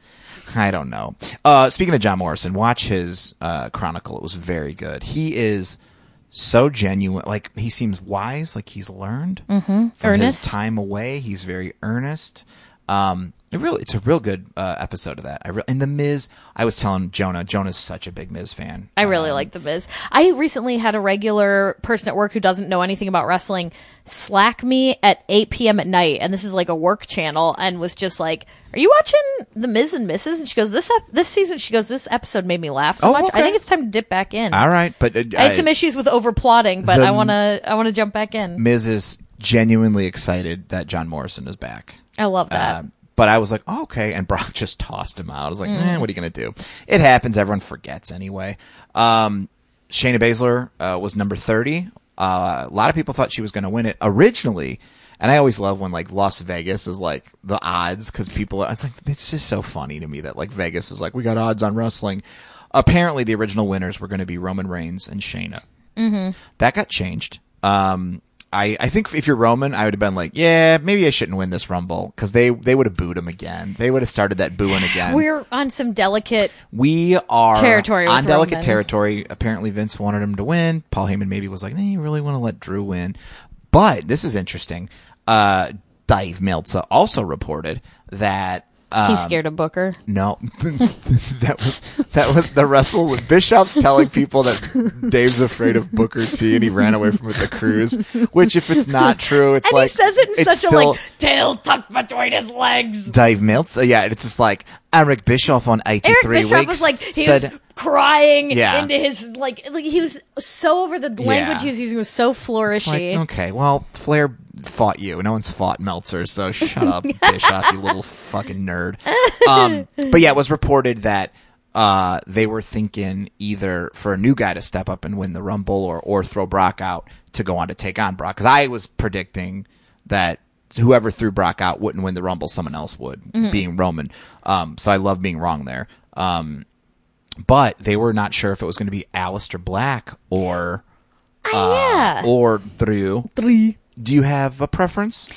Speaker 3: I don't know. Uh, speaking of John Morrison, watch his uh, Chronicle. It was very good. He is so genuine. Like he seems wise. Like he's learned from
Speaker 4: Mm-hmm. Earnest.
Speaker 3: his time away. He's very earnest. Um, it really, it's a real good uh, episode of that. I re- and the Miz. I was telling Jonah. Jonah's such a big Miz fan.
Speaker 4: I really like The Miz. I recently had a regular person at work who doesn't know anything about wrestling slack me at 8 p.m. at night, and this is like a work channel, and was just like, "Are you watching The Miz and Mrs.?" And she goes, "This ep- this season," she goes, "This episode made me laugh so
Speaker 3: Oh,
Speaker 4: much. I
Speaker 3: okay.
Speaker 4: think it's time to dip back in."
Speaker 3: All right, but uh,
Speaker 4: I had some issues with over plotting, but
Speaker 3: The-
Speaker 4: I wanna I wanna jump back in.
Speaker 3: Miz is genuinely excited that John Morrison is back.
Speaker 4: I love that.
Speaker 3: Um, but I was like, oh, okay. And Brock just tossed him out. I was like, eh, what are you going to do? It happens. Everyone forgets anyway. Um, Shayna Baszler uh, was number 30. Uh, a lot of people thought she was going to win it originally. And I always love when like Las Vegas is like the odds because people are, it's like, it's just so funny to me that like Vegas is like, we got odds on wrestling. Apparently the original winners were going to be Roman Reigns and Shayna that got changed. Um, I, I think if you're Roman, I would have been like, yeah, maybe I shouldn't win this Rumble because they, they would have booed him again. They would have started that booing again.
Speaker 4: We're on some delicate.
Speaker 3: We are
Speaker 4: Territory with
Speaker 3: on delicate
Speaker 4: Roman.
Speaker 3: territory. Apparently, Vince wanted him to win. Paul Heyman maybe was like, "Nah, you really want to let Drew win." But this is interesting. Uh, Dave Meltzer also reported that uh,
Speaker 4: He's scared of Booker.
Speaker 3: no, that was that was the wrestle with Bishop's telling people that Dave's afraid of Booker T and he ran away from it the cruise. Which, if it's not true, it's
Speaker 4: And
Speaker 3: like
Speaker 4: he says it in
Speaker 3: it's
Speaker 4: such
Speaker 3: still,
Speaker 4: a like tail tucked between his legs.
Speaker 3: Dave Meltzer. Yeah, it's just like Eric Bischoff on eighty
Speaker 4: Eric
Speaker 3: three weeks.
Speaker 4: Bischoff was like he
Speaker 3: said,
Speaker 4: was crying
Speaker 3: Yeah.
Speaker 4: into his like, like he was so over the language he was using was so
Speaker 3: It's like,
Speaker 4: flourishy.
Speaker 3: okay, well, Flair fought you. No one's fought Meltzer, so shut up, Bischoff, you little fucking nerd. Um, but yeah, it was reported that uh, they were thinking either for a new guy to step up and win the Rumble or, or throw Brock out to go on to take on Brock. Because I was predicting that whoever threw Brock out wouldn't win the Rumble, someone else would, being Roman. Um, so I love being wrong there. Um, but they were not sure if it was going to be Alistair Black or
Speaker 4: yeah,
Speaker 3: or Drew.
Speaker 4: three.
Speaker 3: Do you have a preference?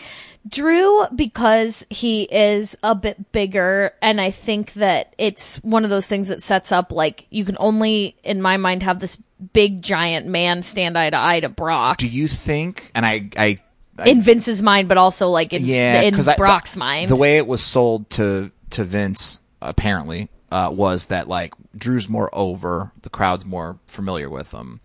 Speaker 4: Drew because he is a bit bigger and I think that it's one of those things that sets up like you can only in my mind have this big giant man stand eye to eye to Brock
Speaker 3: Do you think? And I, I, I
Speaker 4: in Vince's mind but also like in
Speaker 3: yeah,
Speaker 4: in
Speaker 3: because I-
Speaker 4: Brock's
Speaker 3: the,
Speaker 4: mind.
Speaker 3: the way it was sold to to Vince apparently uh, was that like Drew's more over, the crowd's more familiar with him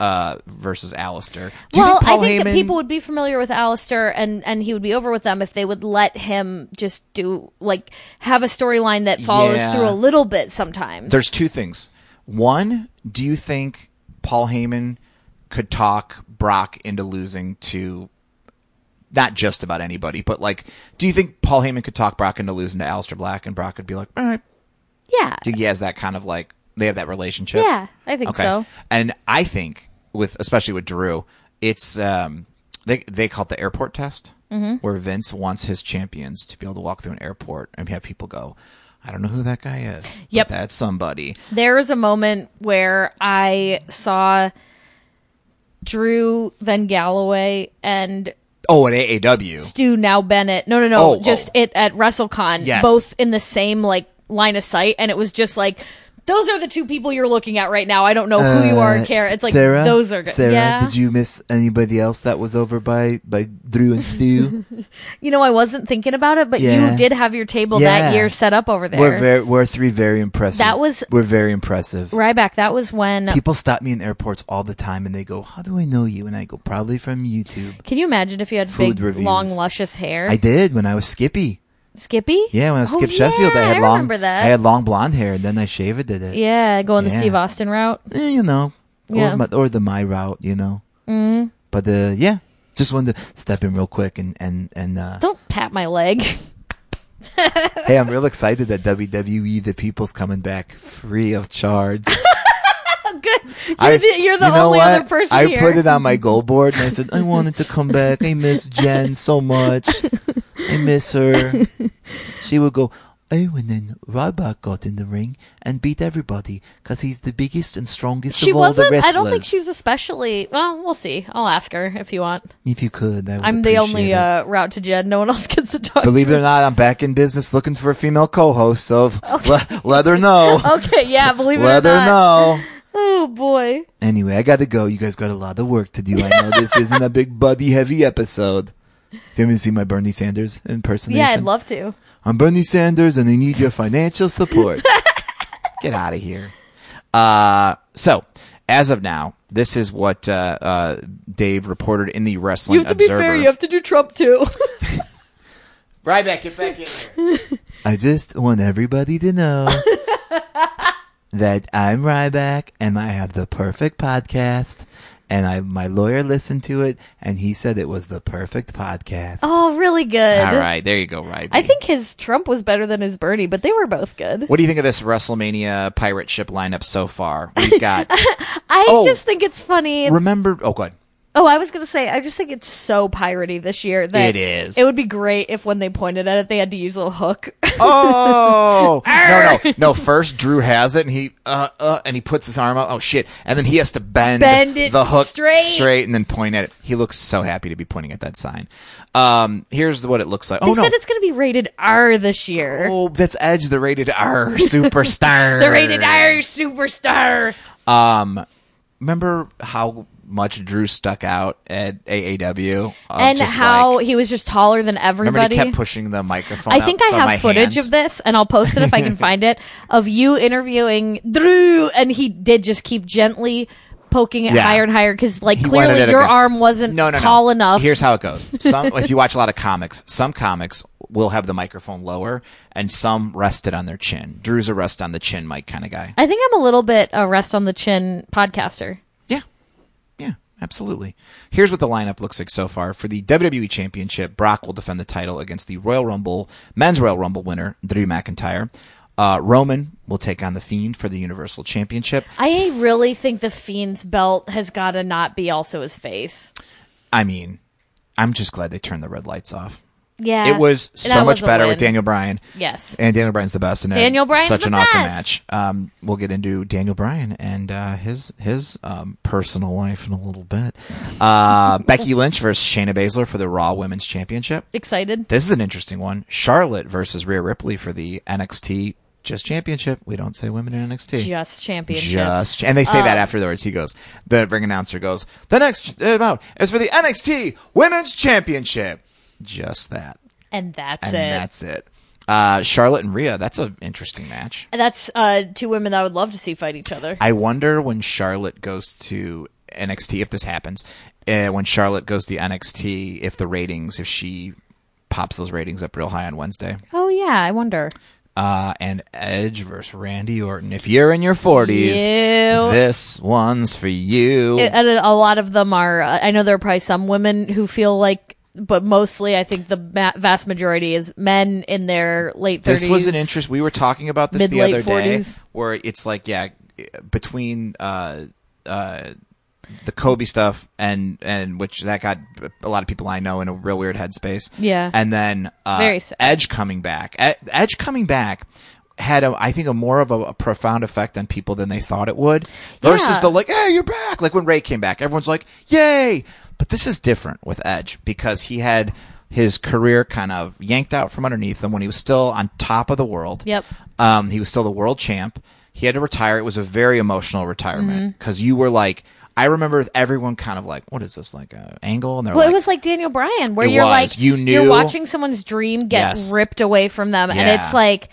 Speaker 3: uh, versus Alistair. Do you
Speaker 4: well,
Speaker 3: think Paul
Speaker 4: I think
Speaker 3: Heyman-
Speaker 4: that people would be familiar with Alistair and and he would be over with them if they would let him just do like have a storyline that follows
Speaker 3: Yeah.
Speaker 4: through a little bit sometimes.
Speaker 3: There's two things. One, do you think Paul Heyman could talk Brock into losing to not just about anybody, but like, do you think Paul Heyman could talk Brock into losing to Aleister Black and Brock would be like, all right,
Speaker 4: yeah.
Speaker 3: think he has that kind of like they have that relationship.
Speaker 4: Yeah, I think so.
Speaker 3: And I think with especially with Drew, it's um they they call it the airport test,
Speaker 4: Mm-hmm.
Speaker 3: where Vince wants his champions to be able to walk through an airport and have people go, I don't know who that guy is. but
Speaker 4: Yep.
Speaker 3: that's somebody.
Speaker 4: There was a moment where I saw Drew Van Galloway and
Speaker 3: Oh, at AAW.
Speaker 4: Stu now Bennett. No, no, no.
Speaker 3: Oh,
Speaker 4: just
Speaker 3: oh.
Speaker 4: it at WrestleCon,
Speaker 3: Yes.
Speaker 4: both in the same like line of sight, and it was just like Those are the two people you're looking at right now. I don't know who you are, and care. It's like
Speaker 5: Uh, Sarah,
Speaker 4: those are good.
Speaker 5: Sarah,
Speaker 4: yeah.
Speaker 5: did you miss anybody else that was over by by Drew and Stu?
Speaker 4: You know, I wasn't thinking about it, but
Speaker 5: Yeah.
Speaker 4: you did have your table
Speaker 5: Yeah.
Speaker 4: that year set up over there.
Speaker 5: we're very we're three very impressive.
Speaker 4: That was-
Speaker 5: we're very impressive.
Speaker 4: Ryback, that was when.
Speaker 5: People stop me in airports all the time and they go, "How do I know you?" And I go, "Probably from YouTube."
Speaker 4: can you imagine if you had
Speaker 5: Food
Speaker 4: big,
Speaker 5: reviews.
Speaker 4: long, luscious hair?
Speaker 5: I did when I was Skippy.
Speaker 4: Skippy?
Speaker 5: Yeah, when I was
Speaker 4: Oh,
Speaker 5: Skip Sheffield,
Speaker 4: yeah,
Speaker 5: I had
Speaker 4: I
Speaker 5: long
Speaker 4: remember that.
Speaker 5: I had long blonde hair and then I shaved it.
Speaker 4: yeah, going the
Speaker 5: Yeah.
Speaker 4: Steve Austin route.
Speaker 5: Eh, you know,
Speaker 4: Yeah.
Speaker 5: or my, or the my route, you know. Mm. But uh, yeah, just wanted to step in real quick and and and uh,
Speaker 4: Don't tap my leg.
Speaker 5: hey, I'm real excited that WWE The People's coming back free of charge.
Speaker 4: Good. You're the, you're the
Speaker 5: you know
Speaker 4: only
Speaker 5: what?
Speaker 4: other person
Speaker 5: I
Speaker 4: here.
Speaker 5: put it on my goal board and I said, I wanted to come back. I miss Jen so much. I miss her. She would go, Oh, and then Ryback got in the ring and beat everybody because he's the biggest and strongest
Speaker 4: she
Speaker 5: of all the
Speaker 4: wasn't.
Speaker 5: wrestlers.
Speaker 4: I don't think she was especially. Well, we'll see. I'll ask her if you want.
Speaker 5: If you could, I would
Speaker 4: I'm the
Speaker 5: appreciate
Speaker 4: only
Speaker 5: it.
Speaker 4: uh, route to Jed. No one else gets to talk.
Speaker 5: Believe
Speaker 4: to.
Speaker 5: it or not, I'm back in business looking for a female co-host. So let, let her know.
Speaker 4: Okay, yeah, believe it
Speaker 5: let
Speaker 4: or
Speaker 5: her
Speaker 4: not.
Speaker 5: know.
Speaker 4: Oh boy.
Speaker 5: Anyway, I gotta go. You guys got a lot of work to do. I know this isn't a big buddy heavy episode. Do you want me to see my Bernie Sanders impersonation?
Speaker 4: Yeah, I'd love to.
Speaker 5: I'm Bernie Sanders, and I need your financial support. Get out of here.
Speaker 3: Uh, so, as of now, this is what uh, uh, Dave reported in the Wrestling
Speaker 4: You have to be
Speaker 3: Observer.
Speaker 4: fair. You have to do Trump too.
Speaker 3: Ryback, get back in here.
Speaker 5: I just want everybody to know that I'm Ryback and I have the perfect podcast. And I, my lawyer listened to it, and he said it was the perfect podcast.
Speaker 4: oh, really good.
Speaker 3: All right, there you go, Ryback.
Speaker 4: I think his Trump was better than his Bernie, but they were both good.
Speaker 3: What do you think of this WrestleMania pirate ship lineup so far? We've got.
Speaker 4: I
Speaker 3: Oh.
Speaker 4: just think it's funny.
Speaker 3: remember? Oh, good.
Speaker 4: Oh, I was gonna say, I just think it's so piratey this year that
Speaker 3: It is.
Speaker 4: It would be great if when they pointed at it, they had to use a little hook.
Speaker 3: Oh no no no! First, Drew has it, and he uh uh, and he puts his arm out. Oh shit! And then he has to bend,
Speaker 4: Bend it
Speaker 3: the hook
Speaker 4: straight.
Speaker 3: and then point at it. He looks so happy to be pointing at that sign. Um, here's what it looks like.
Speaker 4: they
Speaker 3: Oh no!
Speaker 4: said it's gonna be rated R this year.
Speaker 3: oh, that's Edge, the rated R superstar.
Speaker 4: The rated R superstar.
Speaker 3: Um, remember how much Drew stuck out at AAW? Of
Speaker 4: and
Speaker 3: Uh, just,
Speaker 4: how
Speaker 3: like-
Speaker 4: he was just taller than
Speaker 3: remember
Speaker 4: everybody.
Speaker 3: he kept pushing the microphone.
Speaker 4: I
Speaker 3: out
Speaker 4: think I
Speaker 3: of my
Speaker 4: have footage
Speaker 3: hand?
Speaker 4: of this, and I'll post it if I can find it, of you interviewing Drew, and he did just keep gently poking it
Speaker 3: Yeah.
Speaker 4: higher and higher because, like,
Speaker 3: He wanted
Speaker 4: clearly
Speaker 3: it
Speaker 4: your
Speaker 3: again.
Speaker 4: arm wasn't tall enough.
Speaker 3: Here's how it goes. Some, if you watch a lot of comics, some comics will have the microphone lower, and some rest it on their chin. Drew's a rest on the chin mic kind of guy.
Speaker 4: I think I'm a little bit a rest on the chin podcaster.
Speaker 3: Yeah, yeah, absolutely. Here's what the lineup looks like so far for the WWE Championship. Brock will defend the title against the Royal Rumble Men's Royal Rumble winner Drew McIntyre. Uh, Roman will take on the Fiend for the Universal Championship.
Speaker 4: I really think the Fiend's belt has got to not be also his face.
Speaker 3: I mean, I'm just glad they turned the red lights off.
Speaker 4: Yeah.
Speaker 3: It was
Speaker 4: And
Speaker 3: so
Speaker 4: that
Speaker 3: much
Speaker 4: was a
Speaker 3: better
Speaker 4: win.
Speaker 3: with Daniel Bryan.
Speaker 4: Yes.
Speaker 3: And Daniel Bryan's the best. And it-
Speaker 4: Daniel Bryan's
Speaker 3: such
Speaker 4: the
Speaker 3: an awesome
Speaker 4: best.
Speaker 3: match. Um, we'll get into Daniel Bryan and uh, his his um, personal life in a little bit. Uh, Becky Lynch versus Shayna Baszler for the Raw Women's Championship.
Speaker 4: Excited.
Speaker 3: This is an interesting one. Charlotte versus Rhea Ripley for the NXT just championship. We don't say women in NXT.
Speaker 4: Just championship. Uh,
Speaker 3: Just and they say that afterwards. He goes, the ring announcer goes, the next amount is for the NXT Women's Championship. Just that,
Speaker 4: And that's
Speaker 3: and
Speaker 4: it.
Speaker 3: that's it. Uh, Charlotte and Rhea, that's an interesting match.
Speaker 4: That's uh, two women that I would love to see fight each other.
Speaker 3: I wonder when Charlotte goes to NXT if this happens. Uh, when Charlotte goes to NXT, if the ratings, if she pops those ratings up real high on Wednesday.
Speaker 4: oh yeah, I wonder.
Speaker 3: Uh, and Edge versus Randy Orton. If you're in your 40s,
Speaker 4: Ew.
Speaker 3: this one's for you.
Speaker 4: It- and a lot of them are. uh, I know there are probably some women who feel like, but mostly I think the ma- vast majority is men in their late thirties.
Speaker 3: this was an interest. We were talking about this the
Speaker 4: mid-late
Speaker 3: other day,
Speaker 4: 40s.
Speaker 3: where it's like, yeah, between uh, uh, the Kobe stuff and and which that got a lot of people I know in a real weird headspace.
Speaker 4: Yeah.
Speaker 3: and then uh,
Speaker 4: Very sad.
Speaker 3: Edge coming back. Ed- Edge coming back had a, I think a more of a, a profound effect on people than they thought it would. Versus
Speaker 4: Yeah.
Speaker 3: the like, hey, you're back. Like when Ray came back, everyone's like, yay. But this is different with Edge because he had his career kind of yanked out from underneath him when he was still on top of the world.
Speaker 4: Yep.
Speaker 3: Um, he was still the world champ. He had to retire. It was a very emotional
Speaker 4: Mm-hmm.
Speaker 3: retirement because you were like, I remember everyone kind of like, what is this like a angle? And they're
Speaker 4: Well,
Speaker 3: like,
Speaker 4: it was like Daniel Bryan, where
Speaker 3: It
Speaker 4: you're
Speaker 3: was.
Speaker 4: like
Speaker 3: You
Speaker 4: are
Speaker 3: knew-
Speaker 4: watching someone's dream get
Speaker 3: Yes.
Speaker 4: ripped away from them, and
Speaker 3: Yeah.
Speaker 4: it's like,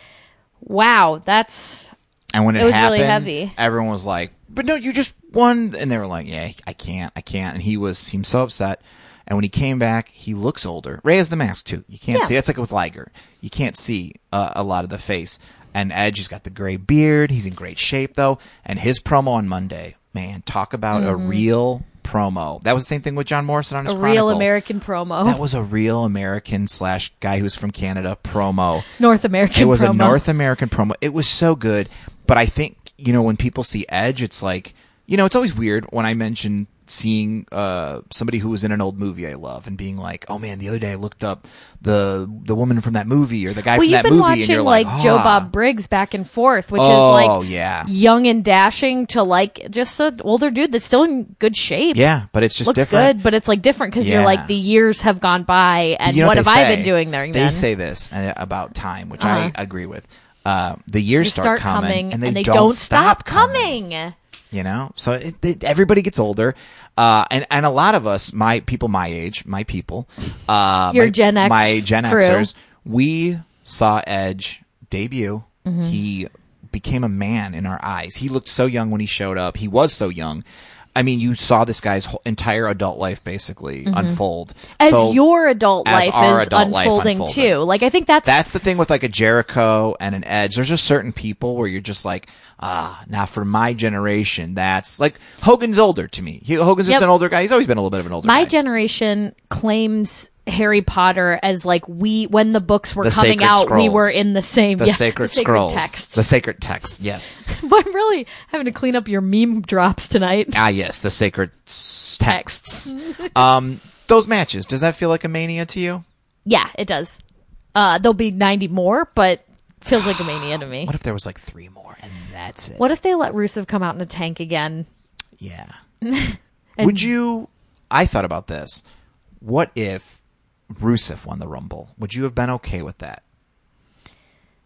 Speaker 4: wow, that's
Speaker 3: And when it,
Speaker 4: It was
Speaker 3: happened,
Speaker 4: really heavy.
Speaker 3: everyone was like, "But no, you just won." And they were like, "Yeah, I can't, I can't." And he was he was so upset. And when he came back, he looks older. Ray has the mask too. You can't
Speaker 4: Yeah.
Speaker 3: see. That's like with Liger. You can't see uh, a lot of the face. And Edge, he's got the gray beard. He's in great shape though. And his promo on Monday, man, talk about a real promo. That was the same thing with John Morrison on his
Speaker 4: Mm-hmm. a real
Speaker 3: Chronicle.
Speaker 4: American promo,
Speaker 3: That was a real American slash guy who's from Canada promo.
Speaker 4: North American.
Speaker 3: It was
Speaker 4: promo.
Speaker 3: a North American promo. It was so good. But I think, you know, when people see Edge, it's like, you know, it's always weird when I mention seeing uh, somebody who was in an old movie I love and being like, oh man, the other day I looked up the the woman from that movie or the guy
Speaker 4: Well,
Speaker 3: from
Speaker 4: you've
Speaker 3: that
Speaker 4: been
Speaker 3: movie. and
Speaker 4: watching
Speaker 3: you're
Speaker 4: like, Joe
Speaker 3: "Ah."
Speaker 4: Bob Briggs back and forth, which
Speaker 3: Oh,
Speaker 4: is like
Speaker 3: yeah.
Speaker 4: young and dashing to like just an older dude that's still in good shape.
Speaker 3: Yeah, but it's just
Speaker 4: looks
Speaker 3: different.
Speaker 4: good, but it's like different because you're
Speaker 3: Yeah.
Speaker 4: like the years have gone by, and
Speaker 3: You know
Speaker 4: what have
Speaker 3: they
Speaker 4: I
Speaker 3: say?
Speaker 4: been doing during
Speaker 3: They
Speaker 4: then?
Speaker 3: say this uh, about time, which
Speaker 4: Uh-huh.
Speaker 3: I agree with. Uh, the years
Speaker 4: They start coming,
Speaker 3: and they, don't, stop coming.
Speaker 4: coming.
Speaker 3: you know so it, it, everybody gets older uh and and a lot of us my people my age my people uh
Speaker 4: Your
Speaker 3: my,
Speaker 4: Gen X
Speaker 3: my gen
Speaker 4: crew.
Speaker 3: xers we saw edge debut
Speaker 4: Mm-hmm.
Speaker 3: he became a man in our eyes he looked so young when he showed up he was so young i mean you saw this guy's whole, entire adult life basically unfold
Speaker 4: Mm-hmm. as
Speaker 3: So-
Speaker 4: your adult
Speaker 3: as
Speaker 4: life
Speaker 3: our
Speaker 4: is
Speaker 3: adult life
Speaker 4: unfolding,
Speaker 3: unfolded.
Speaker 4: too. Like I think that's,
Speaker 3: that's the thing with like a Jericho and an Edge. There's just certain people where you're just like, ah, now for my generation, that's like Hogan's older to me. He, Hogan's
Speaker 4: Yep.
Speaker 3: just an older guy. He's always been a little bit of an older
Speaker 4: my
Speaker 3: guy.
Speaker 4: generation claims Harry Potter as like we when the books were
Speaker 3: The
Speaker 4: coming
Speaker 3: Sacred
Speaker 4: out, we
Speaker 3: Scrolls.
Speaker 4: were in the same
Speaker 3: the
Speaker 4: yeah,
Speaker 3: sacred
Speaker 4: the sacred
Speaker 3: scrolls,
Speaker 4: texts.
Speaker 3: the sacred text. Yes,
Speaker 4: but I'm really having to clean up your meme drops tonight.
Speaker 3: ah, yes, the sacred s- texts. um, those matches. Does that feel like a mania to you?
Speaker 4: Yeah, it does. Uh, there'll be 90 more, but feels like a mania to me.
Speaker 3: What if there was like three more and that's it?
Speaker 4: What if they let Rusev come out in a tank again?
Speaker 3: Yeah. Would you? I thought about this. What if Rusev won the Rumble? Would you have been okay with that?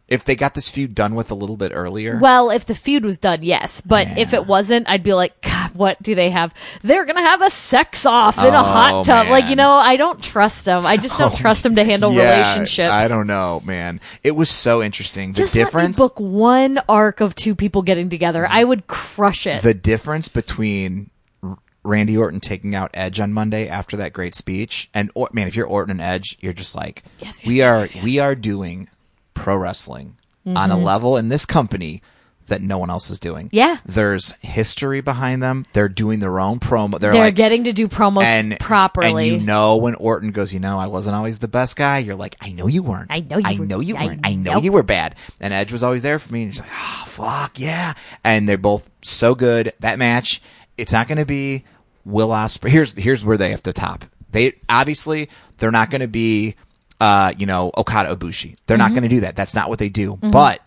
Speaker 3: If they got this feud done with a little bit earlier,
Speaker 4: Well, if the feud was done, yes. But if it wasn't, I'd be like, God, what do they have? They're gonna have a sex off in a
Speaker 3: Oh,
Speaker 4: hot tub. Like you
Speaker 3: man.
Speaker 4: know, I don't trust them. I just don't trust them to handle relationships.
Speaker 3: I don't know, man. It was so interesting. The
Speaker 4: Just
Speaker 3: difference,
Speaker 4: Let me book one arc of two people getting together. I would crush it.
Speaker 3: the difference between R- Randy Orton taking out Edge on Monday after that great speech, and or- man, if you're Orton and Edge, you're just like,
Speaker 4: yes,
Speaker 3: we
Speaker 4: yes,
Speaker 3: are,
Speaker 4: yes, yes.
Speaker 3: we are doing pro wrestling on a level in this company that no one else is doing.
Speaker 4: Yeah.
Speaker 3: there's history behind them. They're doing their own promo. They're,
Speaker 4: They're
Speaker 3: like.
Speaker 4: getting to do promos
Speaker 3: and
Speaker 4: properly.
Speaker 3: and you know when Orton goes, you know, I wasn't always the best guy. You're like, I know you weren't.
Speaker 4: I know you
Speaker 3: I
Speaker 4: were-
Speaker 3: know you
Speaker 4: I
Speaker 3: weren't. I know,
Speaker 4: know."
Speaker 3: you were bad. And Edge was always there for me. And she's like, ah, fuck yeah. And they're both so good. That match, it's not going to be Will Osprey. Here's here's where they have to top. They obviously they're not going to be, uh, you know, Okada Ibushi. They're
Speaker 4: Mm-hmm.
Speaker 3: not going to do that. That's not what they do. But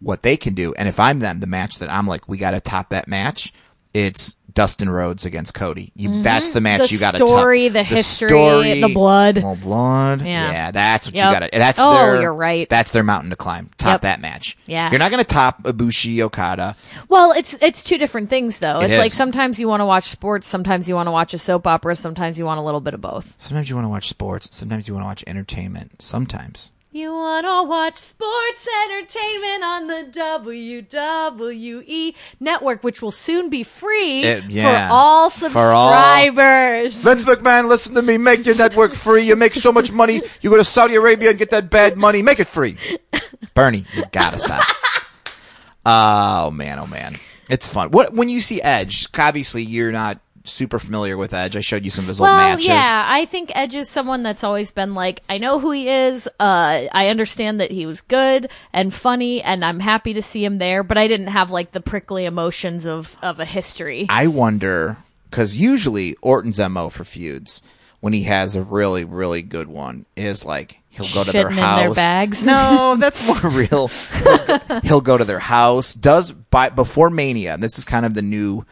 Speaker 3: what they can do. And if I'm them, the match that I'm like, we got to top that match. It's Dustin Rhodes against Cody. You, That's the match
Speaker 4: Mm-hmm. The
Speaker 3: you got to
Speaker 4: story, the history, the blood.
Speaker 3: Well, blood.
Speaker 4: Yeah.
Speaker 3: Yeah, that's what
Speaker 4: Yep.
Speaker 3: you got to. That's
Speaker 4: Oh,
Speaker 3: their,
Speaker 4: you're right.
Speaker 3: That's their mountain to climb. Top
Speaker 4: Yep.
Speaker 3: that match.
Speaker 4: Yeah.
Speaker 3: you're not going to top Ibushi Okada.
Speaker 4: Well, it's it's two different things though.
Speaker 3: It
Speaker 4: it's like
Speaker 3: is.
Speaker 4: sometimes you want to watch sports, sometimes you want to watch a soap opera, sometimes you want a little bit of both.
Speaker 3: Sometimes you want to watch sports. Sometimes you want to watch entertainment. Sometimes.
Speaker 4: You wanna watch sports entertainment on the WWE network, which will soon be free
Speaker 3: It- Eh, yeah.
Speaker 4: for all
Speaker 3: For all-
Speaker 4: subscribers.
Speaker 3: Vince McMahon, listen to me. Make your network free. You make so much money. You go to Saudi Arabia and get that bad money. Make it free. Bernie, you gotta stop. oh man, oh man, it's fun. What when you see Edge? Obviously, you're not super familiar with Edge. I showed you some of his
Speaker 4: well,
Speaker 3: old matches.
Speaker 4: Oh, yeah, I think Edge is someone that's always been like, I know who he is. Uh, I understand that he was good and funny, and I'm happy to see him there. But I didn't have like the prickly emotions of of a history.
Speaker 3: I wonder because usually Orton's mo for feuds when he has a really really good one is like he'll go to their
Speaker 4: Shitting in their
Speaker 3: house.
Speaker 4: bags.
Speaker 3: No, that's more real. he'll go to their house. Does by before Mania. and This is kind of the new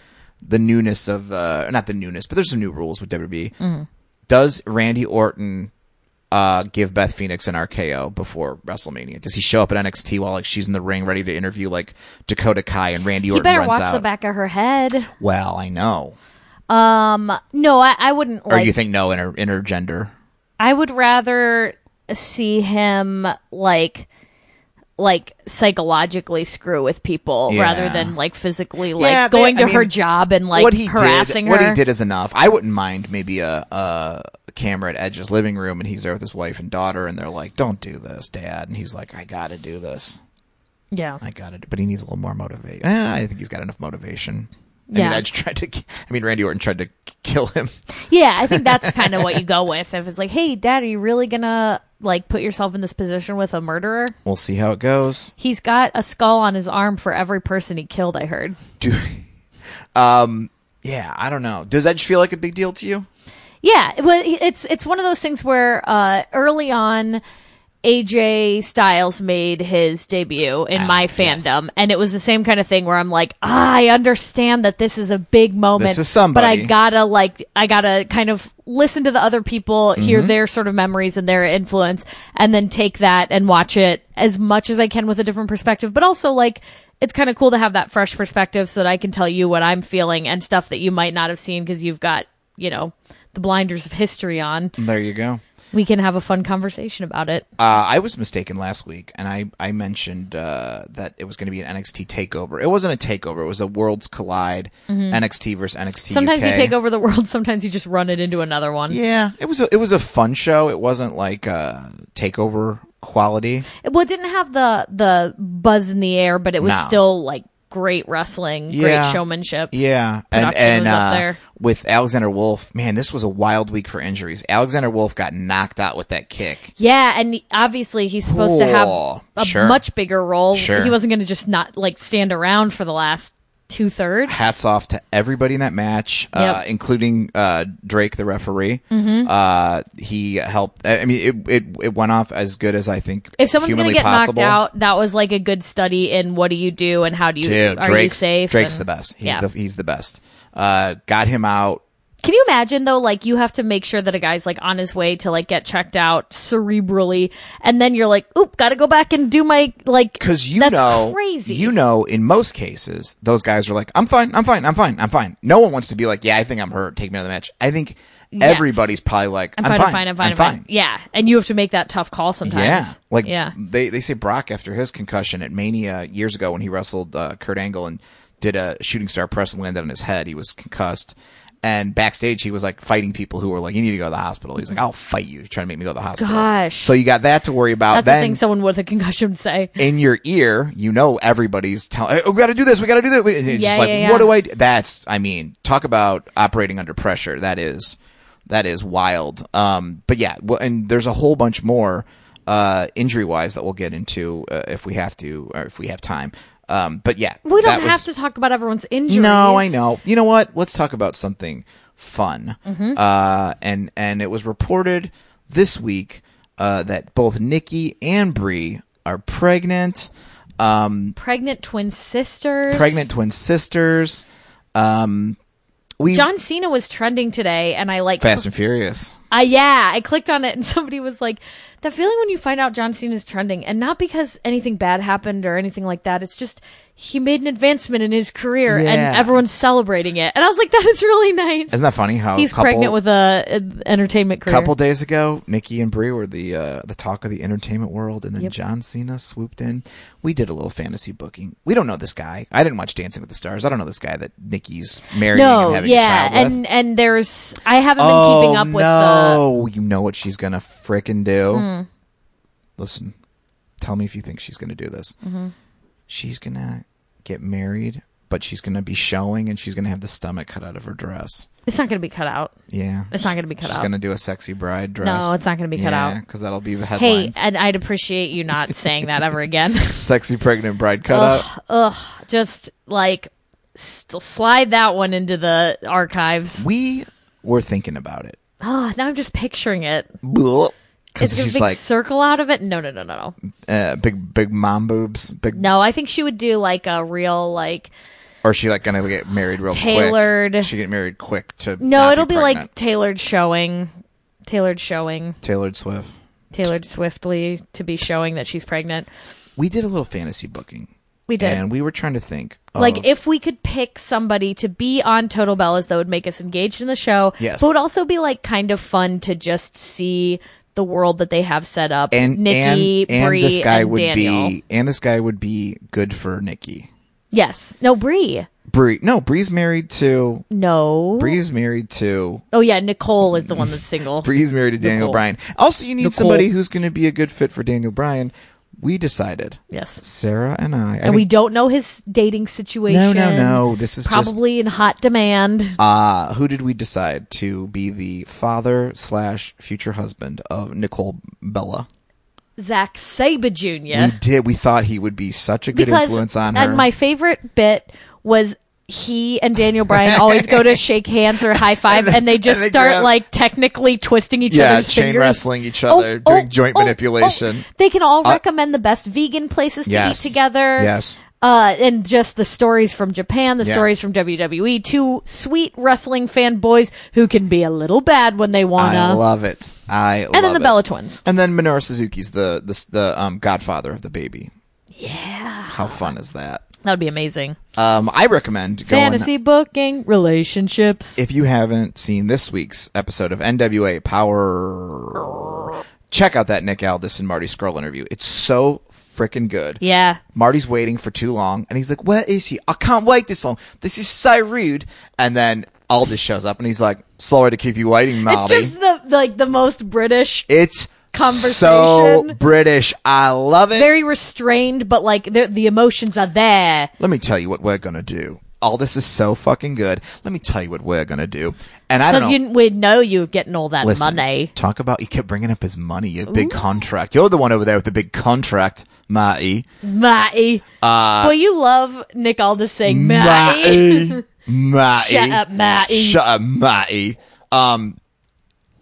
Speaker 3: the newness of
Speaker 4: Mm-hmm.
Speaker 3: uh, not the newness, but there's some new rules with WWE. Does Randy E. Orton uh, give Beth Phoenix an RKO before WrestleMania? Does he show up at NXT while like she's in the ring ready to interview like Dakota Kai and Randy
Speaker 4: He
Speaker 3: Orton
Speaker 4: better
Speaker 3: runs
Speaker 4: watch
Speaker 3: out?
Speaker 4: the back of her head.
Speaker 3: Well, I know.
Speaker 4: Um, no, I, I wouldn't
Speaker 3: Or
Speaker 4: like.
Speaker 3: you think no inter- intergender?
Speaker 4: I would rather see him like like psychologically screw with people
Speaker 3: Yeah.
Speaker 4: rather than like physically like
Speaker 3: Yeah, they-
Speaker 4: going to
Speaker 3: I
Speaker 4: her
Speaker 3: mean,
Speaker 4: job and like
Speaker 3: what he
Speaker 4: harassing
Speaker 3: did,
Speaker 4: her.
Speaker 3: What he did is enough. I wouldn't mind maybe a, a camera at Edge's living room, and he's there with his wife and daughter, and they're like, "Don't do this, Dad," and he's like, "I got to do this.
Speaker 4: Yeah.
Speaker 3: I got to." But he needs a little more motivation. I think he's got enough motivation. I
Speaker 4: Yeah.
Speaker 3: mean, Edge tried to. k- I mean, Randy Orton tried to k- kill him.
Speaker 4: Yeah, I think that's kind of what you go with. If it's like, hey, dad, are you really gonna like put yourself in this position with a murderer?
Speaker 3: We'll see how it goes.
Speaker 4: He's got a skull on his arm for every person he killed. I heard.
Speaker 3: Do. Um. Yeah, I don't know. Does Edge feel like a big deal to you?
Speaker 4: Yeah, it wa- it's it's one of those things where uh, early on, AJ Styles made his debut in
Speaker 3: Ah,
Speaker 4: my fandom, and it was the same kind of thing where I'm like, ah, I understand that this is a big moment,
Speaker 3: This is somebody.
Speaker 4: but I gotta like, I gotta kind of listen to the other people, hear
Speaker 3: Mm-hmm.
Speaker 4: their sort of memories and their influence, and then take that and watch it as much as I can with a different perspective, but also like. It's kind of cool to have that fresh perspective so that I can tell you what I'm feeling and stuff that you might not have seen because you've got, you know, the blinders of history on.
Speaker 3: There you go.
Speaker 4: We can have a fun conversation about it.
Speaker 3: Uh, I was mistaken last week, and I, I mentioned uh, that it was going to be an NXT takeover. It wasn't a takeover; it was a Worlds Collide NXT versus NXT.
Speaker 4: Mm-hmm. Sometimes
Speaker 3: UK.
Speaker 4: you take over the world, sometimes you just run it into another one.
Speaker 3: Yeah, it was a, it was a fun show. It wasn't like uh, takeover quality.
Speaker 4: Well, it didn't have the the buzz in the air, but it was
Speaker 3: No.
Speaker 4: still like great wrestling,
Speaker 3: Yeah.
Speaker 4: great showmanship.
Speaker 3: Yeah, and
Speaker 4: Production
Speaker 3: and
Speaker 4: was up
Speaker 3: uh,
Speaker 4: there.
Speaker 3: with Alexander Wolf, man, this was a wild week for injuries. Alexander Wolf got knocked out with that kick.
Speaker 4: Yeah, and obviously he's supposed to have
Speaker 3: Cool.
Speaker 4: a
Speaker 3: Sure.
Speaker 4: much bigger role.
Speaker 3: Sure.
Speaker 4: He wasn't going to just not like stand around for the last two thirds.
Speaker 3: Hats off to everybody in that match, uh,
Speaker 4: Yep. Mm-hmm.
Speaker 3: including uh, Drake, the referee. Uh, he helped. I I mean, it, it it went off as good as I think.
Speaker 4: If someone's going
Speaker 3: humanly
Speaker 4: to get
Speaker 3: possible.
Speaker 4: knocked out, that was like a good study in what do you do and how do you
Speaker 3: dude,
Speaker 4: are
Speaker 3: Drake's,
Speaker 4: you safe?
Speaker 3: Drake's
Speaker 4: and-
Speaker 3: the best. He's
Speaker 4: yeah.
Speaker 3: the he's the best. Uh, got him out.
Speaker 4: Can you imagine though, like you have to make sure that a guy's like on his way to like get checked out cerebrally, and then you're like, oop, gotta go back and do my like
Speaker 3: Because you
Speaker 4: that's
Speaker 3: know,
Speaker 4: crazy.
Speaker 3: you know, in most cases, those guys are like, "I'm fine, I'm fine, I'm fine, I'm fine." No one wants to be like, "Yeah, I think I'm hurt. Take me out of the match." I think everybody's probably like, "I'm,
Speaker 4: I'm
Speaker 3: fine,
Speaker 4: fine, I'm fine, I'm fine, Yeah, and you have to make that tough call sometimes.
Speaker 3: Yeah, like
Speaker 4: yeah,
Speaker 3: they they say Brock after his concussion at Mania years ago when he wrestled uh, Kurt Angle and did a shooting star press and landed on his head. He was concussed, and backstage he was like fighting people who were like, "You need to go to the hospital." He's like, "I'll fight you, You're trying to make me go to the hospital."
Speaker 4: Gosh.
Speaker 3: So you got that to worry about.
Speaker 4: that's the
Speaker 3: then
Speaker 4: thing someone with a concussion would say.
Speaker 3: in your ear, you know everybody's telling, "Hey, "We got to do this. We got to do that." And it's
Speaker 4: Yeah,
Speaker 3: just like,
Speaker 4: yeah, yeah.
Speaker 3: what do I? Do? That's, I mean, talk about operating under pressure. That is, that is wild. Um, but yeah, well, and there's a whole bunch more uh, injury wise that we'll get into uh, if we have to, or if we have time. Um, but yeah,
Speaker 4: We don't
Speaker 3: that
Speaker 4: have
Speaker 3: was-
Speaker 4: to talk about everyone's injuries.
Speaker 3: no, I know. You know what? Let's talk about something fun.
Speaker 4: Mm-hmm.
Speaker 3: Uh, and and it was reported this week uh, that both Nikki and Brie are pregnant. Um,
Speaker 4: Pregnant twin sisters.
Speaker 3: pregnant twin sisters. Um, we
Speaker 4: John Cena was trending today, and I like
Speaker 3: Fast and Furious.
Speaker 4: Uh, yeah, I clicked on it and somebody was like, that feeling when you find out John Cena's trending, and not because anything bad happened or anything like that. It's just he made an advancement in his career
Speaker 3: Yeah.
Speaker 4: and everyone's celebrating it. And I was like, that is really nice.
Speaker 3: Isn't that funny? How
Speaker 4: He's
Speaker 3: a couple,
Speaker 4: pregnant with a, an entertainment career.
Speaker 3: couple days ago, Nikki and Brie were the uh, the talk of the entertainment world, and then John Cena swooped in. We did a little fantasy booking. We don't know this guy. I didn't watch Dancing with the Stars. I don't know this guy that Nikki's marrying and
Speaker 4: no,
Speaker 3: having a
Speaker 4: yeah,
Speaker 3: child with. Oh,
Speaker 4: and and there's I haven't been keeping up with the.
Speaker 3: no, you know what she's gonna frickin' do. Listen, tell me if you think she's gonna do this. She's gonna get married, but she's gonna be showing, and she's gonna have the stomach cut out of her dress.
Speaker 4: It's not going to be cut out.
Speaker 3: Yeah,
Speaker 4: It's not gonna be cut
Speaker 3: she's
Speaker 4: out.
Speaker 3: She's gonna do a sexy bride dress.
Speaker 4: No, it's not gonna be cut out.
Speaker 3: because that'll be the
Speaker 4: Hey,
Speaker 3: headlines.
Speaker 4: and I'd appreciate you not saying that ever again.
Speaker 3: sexy pregnant bride cutout.
Speaker 4: ugh, ugh, just like st- slide that one into the archives.
Speaker 3: We were thinking about it.
Speaker 4: Oh, now I'm just picturing it. Is
Speaker 3: Because
Speaker 4: there a
Speaker 3: she's
Speaker 4: big
Speaker 3: like
Speaker 4: circle out of it? No, no, no, no, no.
Speaker 3: uh, big, big mom boobs. Big,
Speaker 4: No, I think she would do like a real like.
Speaker 3: or is she like gonna get married real quick?
Speaker 4: Tailored.
Speaker 3: She get married quick to.
Speaker 4: No,
Speaker 3: not
Speaker 4: it'll be,
Speaker 3: pregnant?
Speaker 4: like tailored showing tailored showing,
Speaker 3: Tailored Swift.
Speaker 4: tailored swiftly to be showing that she's pregnant.
Speaker 3: We did a little fantasy booking.
Speaker 4: We did.
Speaker 3: And uh, we were trying to think. Of,
Speaker 4: like if we could pick somebody to be on Total Bellas that would make us engaged in the show,
Speaker 3: Yes.
Speaker 4: but would also be like kind of fun to just see the world that they have set up.
Speaker 3: and
Speaker 4: Nikki,
Speaker 3: and, and
Speaker 4: Bree,
Speaker 3: this guy
Speaker 4: and
Speaker 3: would
Speaker 4: Daniel.
Speaker 3: be and this guy would be good for Nikki.
Speaker 4: yes, no Bree,
Speaker 3: Bree, no, Bree's married to
Speaker 4: no.
Speaker 3: Bree's married to
Speaker 4: Oh yeah, Nicole is the one that's single.
Speaker 3: Bree's married to Daniel
Speaker 4: Nicole.
Speaker 3: Bryan. Also, you need
Speaker 4: Nicole.
Speaker 3: somebody who's going to be a good fit for Daniel Bryan. We decided,
Speaker 4: Yes.
Speaker 3: Sarah and I, I
Speaker 4: And we
Speaker 3: think-
Speaker 4: don't know his dating situation.
Speaker 3: no, no, no. This is just
Speaker 4: Probably in hot demand.
Speaker 3: uh, who did we decide to be the father slash future husband of Nicole Bella?
Speaker 4: Zach Sabre Jr.
Speaker 3: We did. We thought he would be such a good influence on her.
Speaker 4: And my favorite bit was he and Daniel Bryan always go to shake hands or high five, and, they just
Speaker 3: and they
Speaker 4: start
Speaker 3: grab-
Speaker 4: like technically twisting each
Speaker 3: Yeah,
Speaker 4: other's
Speaker 3: chain
Speaker 4: fingers. Oh,
Speaker 3: wrestling each other, doing joint manipulation.
Speaker 4: They can all recommend the best vegan places to
Speaker 3: Uh, Yes.
Speaker 4: eat together.
Speaker 3: Yes.
Speaker 4: Uh, and just the stories from Japan, the
Speaker 3: Yeah.
Speaker 4: stories from WWE, two sweet wrestling fanboys who can be a little bad when they wanna.
Speaker 3: I love it. I
Speaker 4: and then
Speaker 3: love
Speaker 4: the
Speaker 3: it.
Speaker 4: Bella twins.
Speaker 3: and then Minoru Suzuki's the the the um, godfather of the baby. Yeah, how fun is that?
Speaker 4: That would be amazing.
Speaker 3: Um, I recommend going-
Speaker 4: Fantasy booking, relationships.
Speaker 3: if you haven't seen this week's episode of NWA Power, check out that Nick Aldis and Marty Skrull interview. It's so freaking good.
Speaker 4: yeah.
Speaker 3: Marty's waiting for too long, and he's like, "Where is he? I can't wait this long. This is so rude." And then Aldis shows up, and he's like, "Sorry to keep you waiting,
Speaker 4: It's
Speaker 3: Marty."
Speaker 4: just the like the most British,
Speaker 3: It's so
Speaker 4: Conversation.
Speaker 3: British. I love it.
Speaker 4: very restrained, but like the the emotions are there.
Speaker 3: Let me tell you what we're gonna do. All this is so fucking good. Let me tell you what we're gonna do. And I don't know.
Speaker 4: Because you we know you're getting all that
Speaker 3: Listen,
Speaker 4: money.
Speaker 3: Talk about you kept bringing up his money, your big contract. You're the one over there with the big contract, Matty.
Speaker 4: Matty.
Speaker 3: Uh,
Speaker 4: Well, you love Nick Aldis saying Matty.
Speaker 3: Matty. Matty.
Speaker 4: Shut up, Matty.
Speaker 3: Shut up, Matty. Um,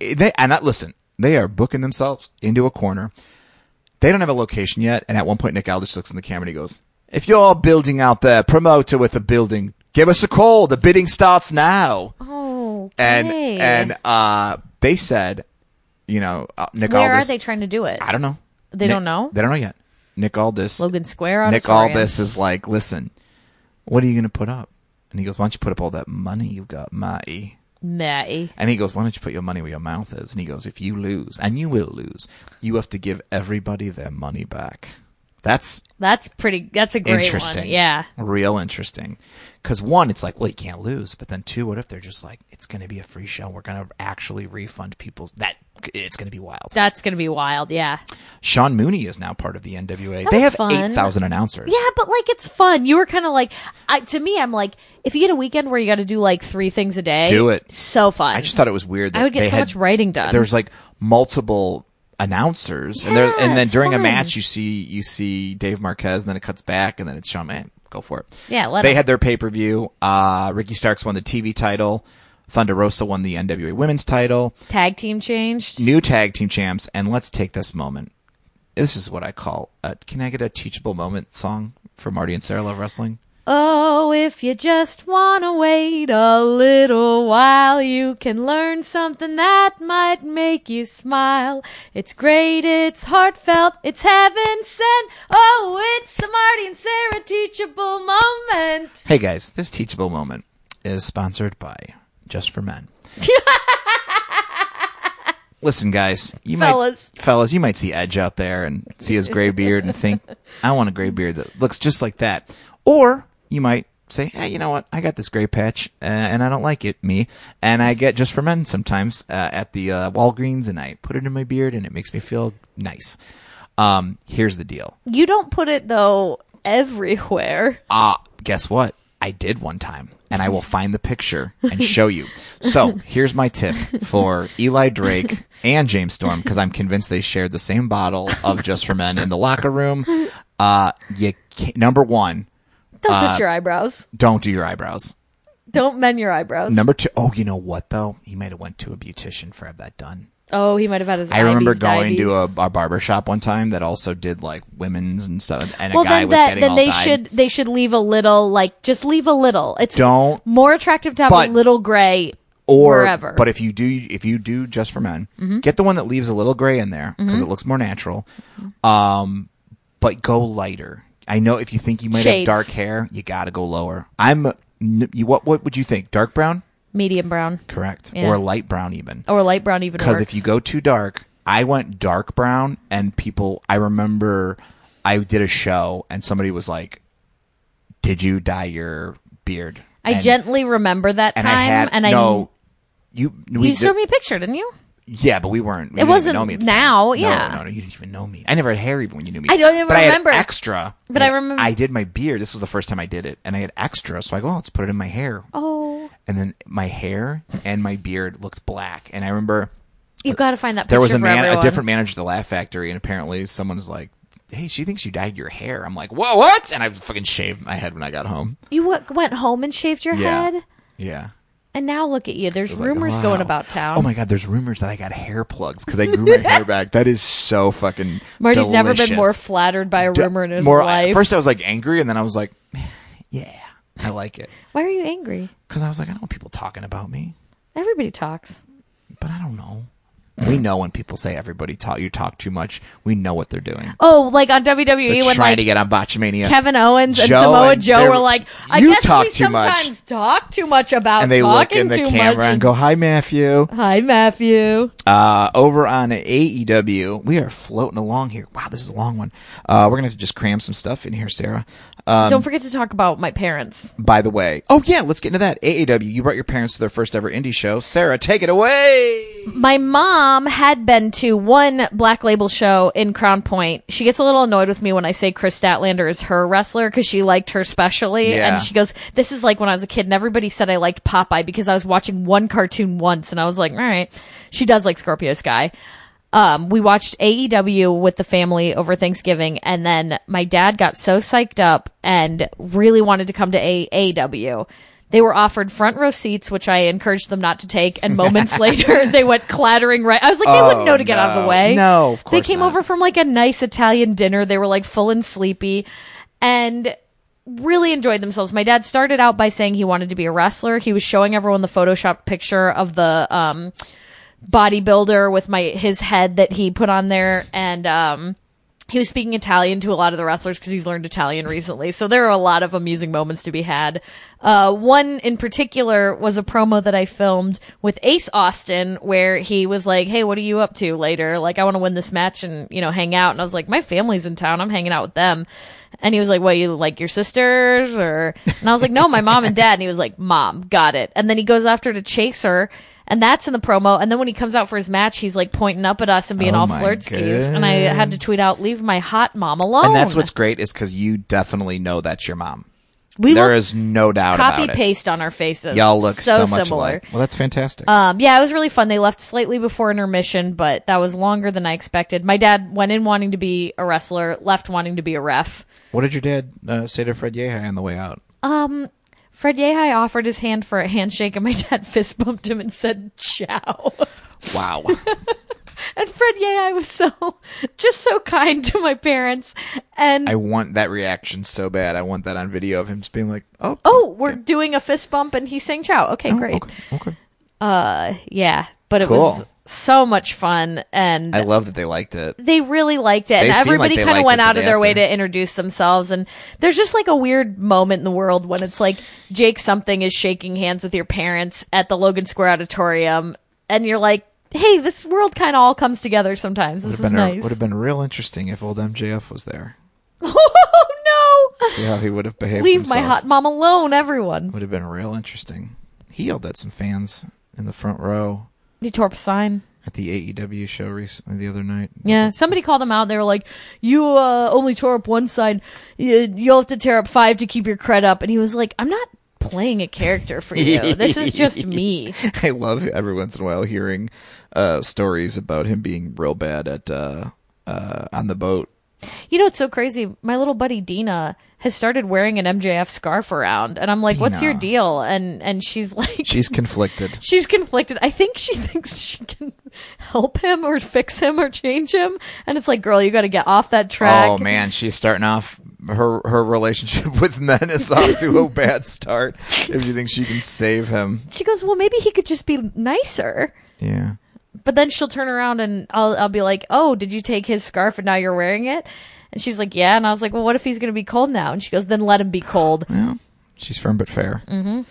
Speaker 3: they and I, listen, they are booking themselves into a corner. They don't have a location yet, and at one point, Nick Aldis looks in the camera and he goes, "If you're building out there, promoter with a building, give us a call. The bidding starts now."
Speaker 4: Oh,
Speaker 3: And and uh, they said, you know, uh, Nick
Speaker 4: where
Speaker 3: Aldis.
Speaker 4: are they trying to do it?
Speaker 3: I don't know.
Speaker 4: They don't know?
Speaker 3: They don't know yet. Nick Aldis.
Speaker 4: Logan Square
Speaker 3: Nick
Speaker 4: Auditorium.
Speaker 3: Aldis is like, listen, what are you going to put up? And he goes, why don't you put up all that money you've got, Matty?
Speaker 4: Matty.
Speaker 3: And he goes, why don't you put your money where your mouth is? And he goes, if you lose, and you will lose, you have to give everybody their money back. That's
Speaker 4: That's pretty. That's a great
Speaker 3: interesting.
Speaker 4: one. Yeah.
Speaker 3: Real interesting. Because one, it's like, well, you can't lose. But then two, what if they're just like, it's going to be a free show. We're going to actually refund people. That it's going to be wild.
Speaker 4: That's gonna be wild, yeah.
Speaker 3: Sean Mooney is now part of the NWA.
Speaker 4: That
Speaker 3: they
Speaker 4: was
Speaker 3: have
Speaker 4: fun.
Speaker 3: eight thousand announcers.
Speaker 4: Yeah, but like it's fun. You were kind of like, I, to me, I'm like, if you get a weekend where you got to do like three things a day,
Speaker 3: Do it.
Speaker 4: So fun.
Speaker 3: I just thought it was weird. That
Speaker 4: I would get
Speaker 3: they
Speaker 4: so
Speaker 3: had-
Speaker 4: much writing done.
Speaker 3: There's like multiple announcers, and there,
Speaker 4: Yeah,
Speaker 3: and then
Speaker 4: it's
Speaker 3: during a
Speaker 4: fun.
Speaker 3: match, you see you see Dave Marquez, and then it cuts back, and then it's Shawn. Man, go for it.
Speaker 4: Yeah, let
Speaker 3: they
Speaker 4: 'em.
Speaker 3: had their pay per view. Uh, Ricky Starks won the TV title. Thunder Rosa won the NWA Women's title.
Speaker 4: tag team changed.
Speaker 3: New tag team champs, and let's take this moment. This is what I call. A, can I get a teachable moment song for Marty and Sarah Love Wrestling?
Speaker 4: Oh, if you just wanna wait a little while, you can learn something that might make you smile. It's great, it's heartfelt, it's heaven sent. Oh, it's a Marty and Sarah teachable moment.
Speaker 3: Hey guys, this teachable moment is sponsored by Just for Men. Listen, guys, you
Speaker 4: Fellas.
Speaker 3: might fellas, you might see Edge out there and see his gray beard and think, I want a gray beard that looks just like that. Or you might say, Hey, you know what? I got this gray patch uh, and I don't like it, me. And I get Just for Men sometimes uh, at the uh, Walgreens, and I put it in my beard, and it makes me feel nice. Um, here's the deal.
Speaker 4: You don't put it though everywhere.
Speaker 3: Ah, guess what? I did one time, and I will find the picture and show you. So here's my tip for Eli Drake and James Storm, because I'm convinced they shared the same bottle of Just for Men in the locker room. Uh, you can't, number one,
Speaker 4: Don't
Speaker 3: Uh,
Speaker 4: touch your eyebrows.
Speaker 3: don't do your eyebrows.
Speaker 4: Don't mend your eyebrows.
Speaker 3: Number two, oh, you know what though? He might have went to a beautician for have that done.
Speaker 4: Oh, he might have had his.
Speaker 3: I remember
Speaker 4: IBs,
Speaker 3: going to a,
Speaker 4: diabetes.
Speaker 3: a barber shop one time that also did like women's and stuff, and a
Speaker 4: Well,
Speaker 3: guy
Speaker 4: then
Speaker 3: was
Speaker 4: that
Speaker 3: getting
Speaker 4: then
Speaker 3: all
Speaker 4: they
Speaker 3: dyed.
Speaker 4: should they should leave a little like just leave a little. It's
Speaker 3: Don't
Speaker 4: more attractive to have
Speaker 3: But-
Speaker 4: a little gray
Speaker 3: or
Speaker 4: Wherever.
Speaker 3: but if you do if you do just for men,
Speaker 4: Mm-hmm.
Speaker 3: get the one that leaves a little gray in there because it looks more natural. Um, but go lighter. I know if you think you might
Speaker 4: Shades.
Speaker 3: have dark hair, you got to go lower. I'm n- you what what would you think? Dark brown?
Speaker 4: medium brown
Speaker 3: Correct.
Speaker 4: Yeah.
Speaker 3: Or light brown even.
Speaker 4: or light brown even
Speaker 3: Because if
Speaker 4: works.
Speaker 3: you go too dark, I went dark brown, and people, I remember I did a show, and somebody was like, Did you dye your beard?
Speaker 4: I
Speaker 3: and,
Speaker 4: gently remember that
Speaker 3: and
Speaker 4: time,
Speaker 3: I had,
Speaker 4: and I
Speaker 3: no, you, we,
Speaker 4: you
Speaker 3: did-
Speaker 4: showed me a picture, didn't you?
Speaker 3: yeah, but we weren't, we
Speaker 4: It
Speaker 3: didn't even
Speaker 4: wasn't
Speaker 3: know me at the
Speaker 4: now,
Speaker 3: time.
Speaker 4: yeah.
Speaker 3: No, no, no, you didn't even know me. I never had hair even when you knew me.
Speaker 4: I don't even
Speaker 3: But had
Speaker 4: remember.
Speaker 3: extra.
Speaker 4: But I remember-
Speaker 3: I did my beard. This was the first time I did it, and I had extra, so I go, oh, let's put it in my hair.
Speaker 4: Oh,
Speaker 3: And then my hair and my beard looked black, and I remember.
Speaker 4: you've got to find that. Picture
Speaker 3: there was a
Speaker 4: for
Speaker 3: man, a
Speaker 4: everyone.
Speaker 3: different manager at the Laugh Factory, and apparently someone's like, "Hey, she thinks you dyed your hair." I'm like, "Whoa, what?" And I fucking shaved my head when I got home.
Speaker 4: You w- went home and shaved your
Speaker 3: Yeah.
Speaker 4: head,
Speaker 3: Yeah.
Speaker 4: and now look at you. There's
Speaker 3: It's like,
Speaker 4: rumors
Speaker 3: wow.
Speaker 4: going about town.
Speaker 3: Oh my god, there's rumors that I got hair plugs because I grew my hair back. That is so fucking.
Speaker 4: Marty's never been
Speaker 3: delicious.
Speaker 4: more flattered by a
Speaker 3: D-
Speaker 4: rumor in his
Speaker 3: more-
Speaker 4: life.
Speaker 3: First, I was like angry, and then I was like, "Yeah, I like it,"
Speaker 4: Why are you angry?
Speaker 3: because I was like, "I don't want people talking about me,"
Speaker 4: Everybody talks.
Speaker 3: but I don't know. We know when people say everybody talk you talk too much. We know what they're doing.
Speaker 4: Oh, like on WWE
Speaker 3: They're
Speaker 4: when
Speaker 3: trying
Speaker 4: like
Speaker 3: to get on Botchamania.
Speaker 4: Kevin Owens and
Speaker 3: Joe
Speaker 4: Samoa
Speaker 3: and
Speaker 4: Joe
Speaker 3: they're-
Speaker 4: were like, I
Speaker 3: You
Speaker 4: guess
Speaker 3: talk
Speaker 4: we
Speaker 3: too much."
Speaker 4: sometimes talk too much about
Speaker 3: and they look
Speaker 4: talking
Speaker 3: in the
Speaker 4: too
Speaker 3: camera
Speaker 4: much.
Speaker 3: and go, "Hi, Matthew."
Speaker 4: Hi, Matthew.
Speaker 3: Uh, over on AEW, we are floating along here. Wow, this is a long one. Uh, we're gonna have to just cram some stuff in here, Sarah. Um,
Speaker 4: Don't forget to talk about my parents.
Speaker 3: by the way, oh yeah, let's get into that. AEW, you brought your parents to their first ever indie show. Sarah, take it away.
Speaker 4: My mom had been to one Black Label show in Crown Point. She gets a little annoyed with me when I say Chris Statlander is her wrestler because she liked her specially.
Speaker 3: Yeah.
Speaker 4: And she goes, This is like when I was a kid and everybody said I liked Popeye because I was watching one cartoon once. And I was like, All right. She does like Scorpio Sky. um, we watched AEW with the family over Thanksgiving, and then my dad got so psyched up and really wanted to come to A- AEW. They were offered front row seats, which I encouraged them not to take, and moments later they went clattering right. I was like, they wouldn't know to get out of the
Speaker 3: Oh, no.
Speaker 4: way.
Speaker 3: No, of
Speaker 4: They
Speaker 3: course
Speaker 4: came
Speaker 3: not.
Speaker 4: over from like a nice Italian dinner. They were like full and sleepy, and really enjoyed themselves. My dad started out by saying he wanted to be a wrestler. He was showing everyone the Photoshop picture of the um, bodybuilder with my his head that he put on there, and um, he was speaking Italian to a lot of the wrestlers because he's learned Italian recently. So there are a lot of amusing moments to be had. Uh, one in particular was a promo that I filmed with Ace Austin where he was like, Hey, what are you up to later? Like, I want to win this match and, you know, hang out. And I was like, My family's in town. I'm hanging out with them. And he was like, What, you like your sisters? Or, and I was like, No, my mom and dad. And he was like, Mom, got it. And then he goes after to chase her. And that's in the promo. And then when he comes out for his match, he's like pointing up at us and being
Speaker 3: Oh
Speaker 4: all
Speaker 3: my
Speaker 4: flirt skis. And I had to tweet out, "Leave my hot mom alone."
Speaker 3: Eh. And that's what's great is because you definitely know that's your mom.
Speaker 4: we
Speaker 3: There
Speaker 4: look
Speaker 3: is no doubt
Speaker 4: copy
Speaker 3: about it.
Speaker 4: paste on our faces.
Speaker 3: Y'all look so, much
Speaker 4: similar.
Speaker 3: alike. Well, that's fantastic.
Speaker 4: Um, yeah, it was really fun. They left slightly before intermission, but that was longer than I expected. My dad went in wanting to be a wrestler, left wanting to be a ref.
Speaker 3: what did your dad uh, say to Fred Yehi on the way out?
Speaker 4: Fred Yehai offered his hand for a handshake, and my dad fist bumped him and said, "Ciao."
Speaker 3: Wow.
Speaker 4: And Fred Yehai was so, just so kind to my parents. And
Speaker 3: I want that reaction so bad. I want that on video of him just being like, "Oh,
Speaker 4: oh, we're doing a fist bump, and he's saying "Ciao." Okay,
Speaker 3: oh,
Speaker 4: great.
Speaker 3: okay, okay."
Speaker 4: Uh, yeah, but it
Speaker 3: Cool.
Speaker 4: was so much fun, and
Speaker 3: I love that they liked it.
Speaker 4: they really liked it.
Speaker 3: They
Speaker 4: And
Speaker 3: seem like
Speaker 4: everybody
Speaker 3: they
Speaker 4: kind of
Speaker 3: liked
Speaker 4: went
Speaker 3: it
Speaker 4: out
Speaker 3: the
Speaker 4: of
Speaker 3: day
Speaker 4: their way
Speaker 3: after.
Speaker 4: to introduce themselves. And there's just like a weird moment in the world when it's like Jake something is shaking hands with your parents at the Logan Square Auditorium, and you're like, "Hey, this world kind of all comes together sometimes. This
Speaker 3: Would have
Speaker 4: is
Speaker 3: been
Speaker 4: nice."
Speaker 3: would have been real interesting if old MJF was there.
Speaker 4: oh no!
Speaker 3: See how he would have behaved.
Speaker 4: Leave my
Speaker 3: himself.
Speaker 4: hot mom alone, everyone.
Speaker 3: Would have been real interesting. He yelled at some fans in the front row
Speaker 4: He tore up a sign.
Speaker 3: at the AEW show recently the other night.
Speaker 4: Yeah, somebody called him out. They were like, "You uh, only tore up one side. You, you'll have to tear up five to keep your cred up." And he was like, "I'm not playing a character for you. This is just me."
Speaker 3: I love every once in a while hearing uh, stories about him being real bad at uh, uh, on the boat.
Speaker 4: You know, it's so crazy. My little buddy Dina has started wearing an MJF scarf around, and I'm like, "What's your
Speaker 3: Dina.
Speaker 4: deal?" And and she's like,
Speaker 3: She's conflicted.
Speaker 4: she's conflicted. I think she thinks she can help him or fix him or change him, and it's like, "Girl, you got to get off that track."
Speaker 3: Oh man, she's starting off her her relationship with men is off to a bad start. If you think she can save him,
Speaker 4: She goes, well, maybe he could just be nicer.
Speaker 3: yeah.
Speaker 4: But then she'll turn around and I'll I'll be like, oh, did you take his scarf and now you're wearing it? And she's like, yeah. And I was like, well, what if he's gonna be cold now? And she goes, then let him be cold.
Speaker 3: Yeah, she's firm but fair. Mm-hmm.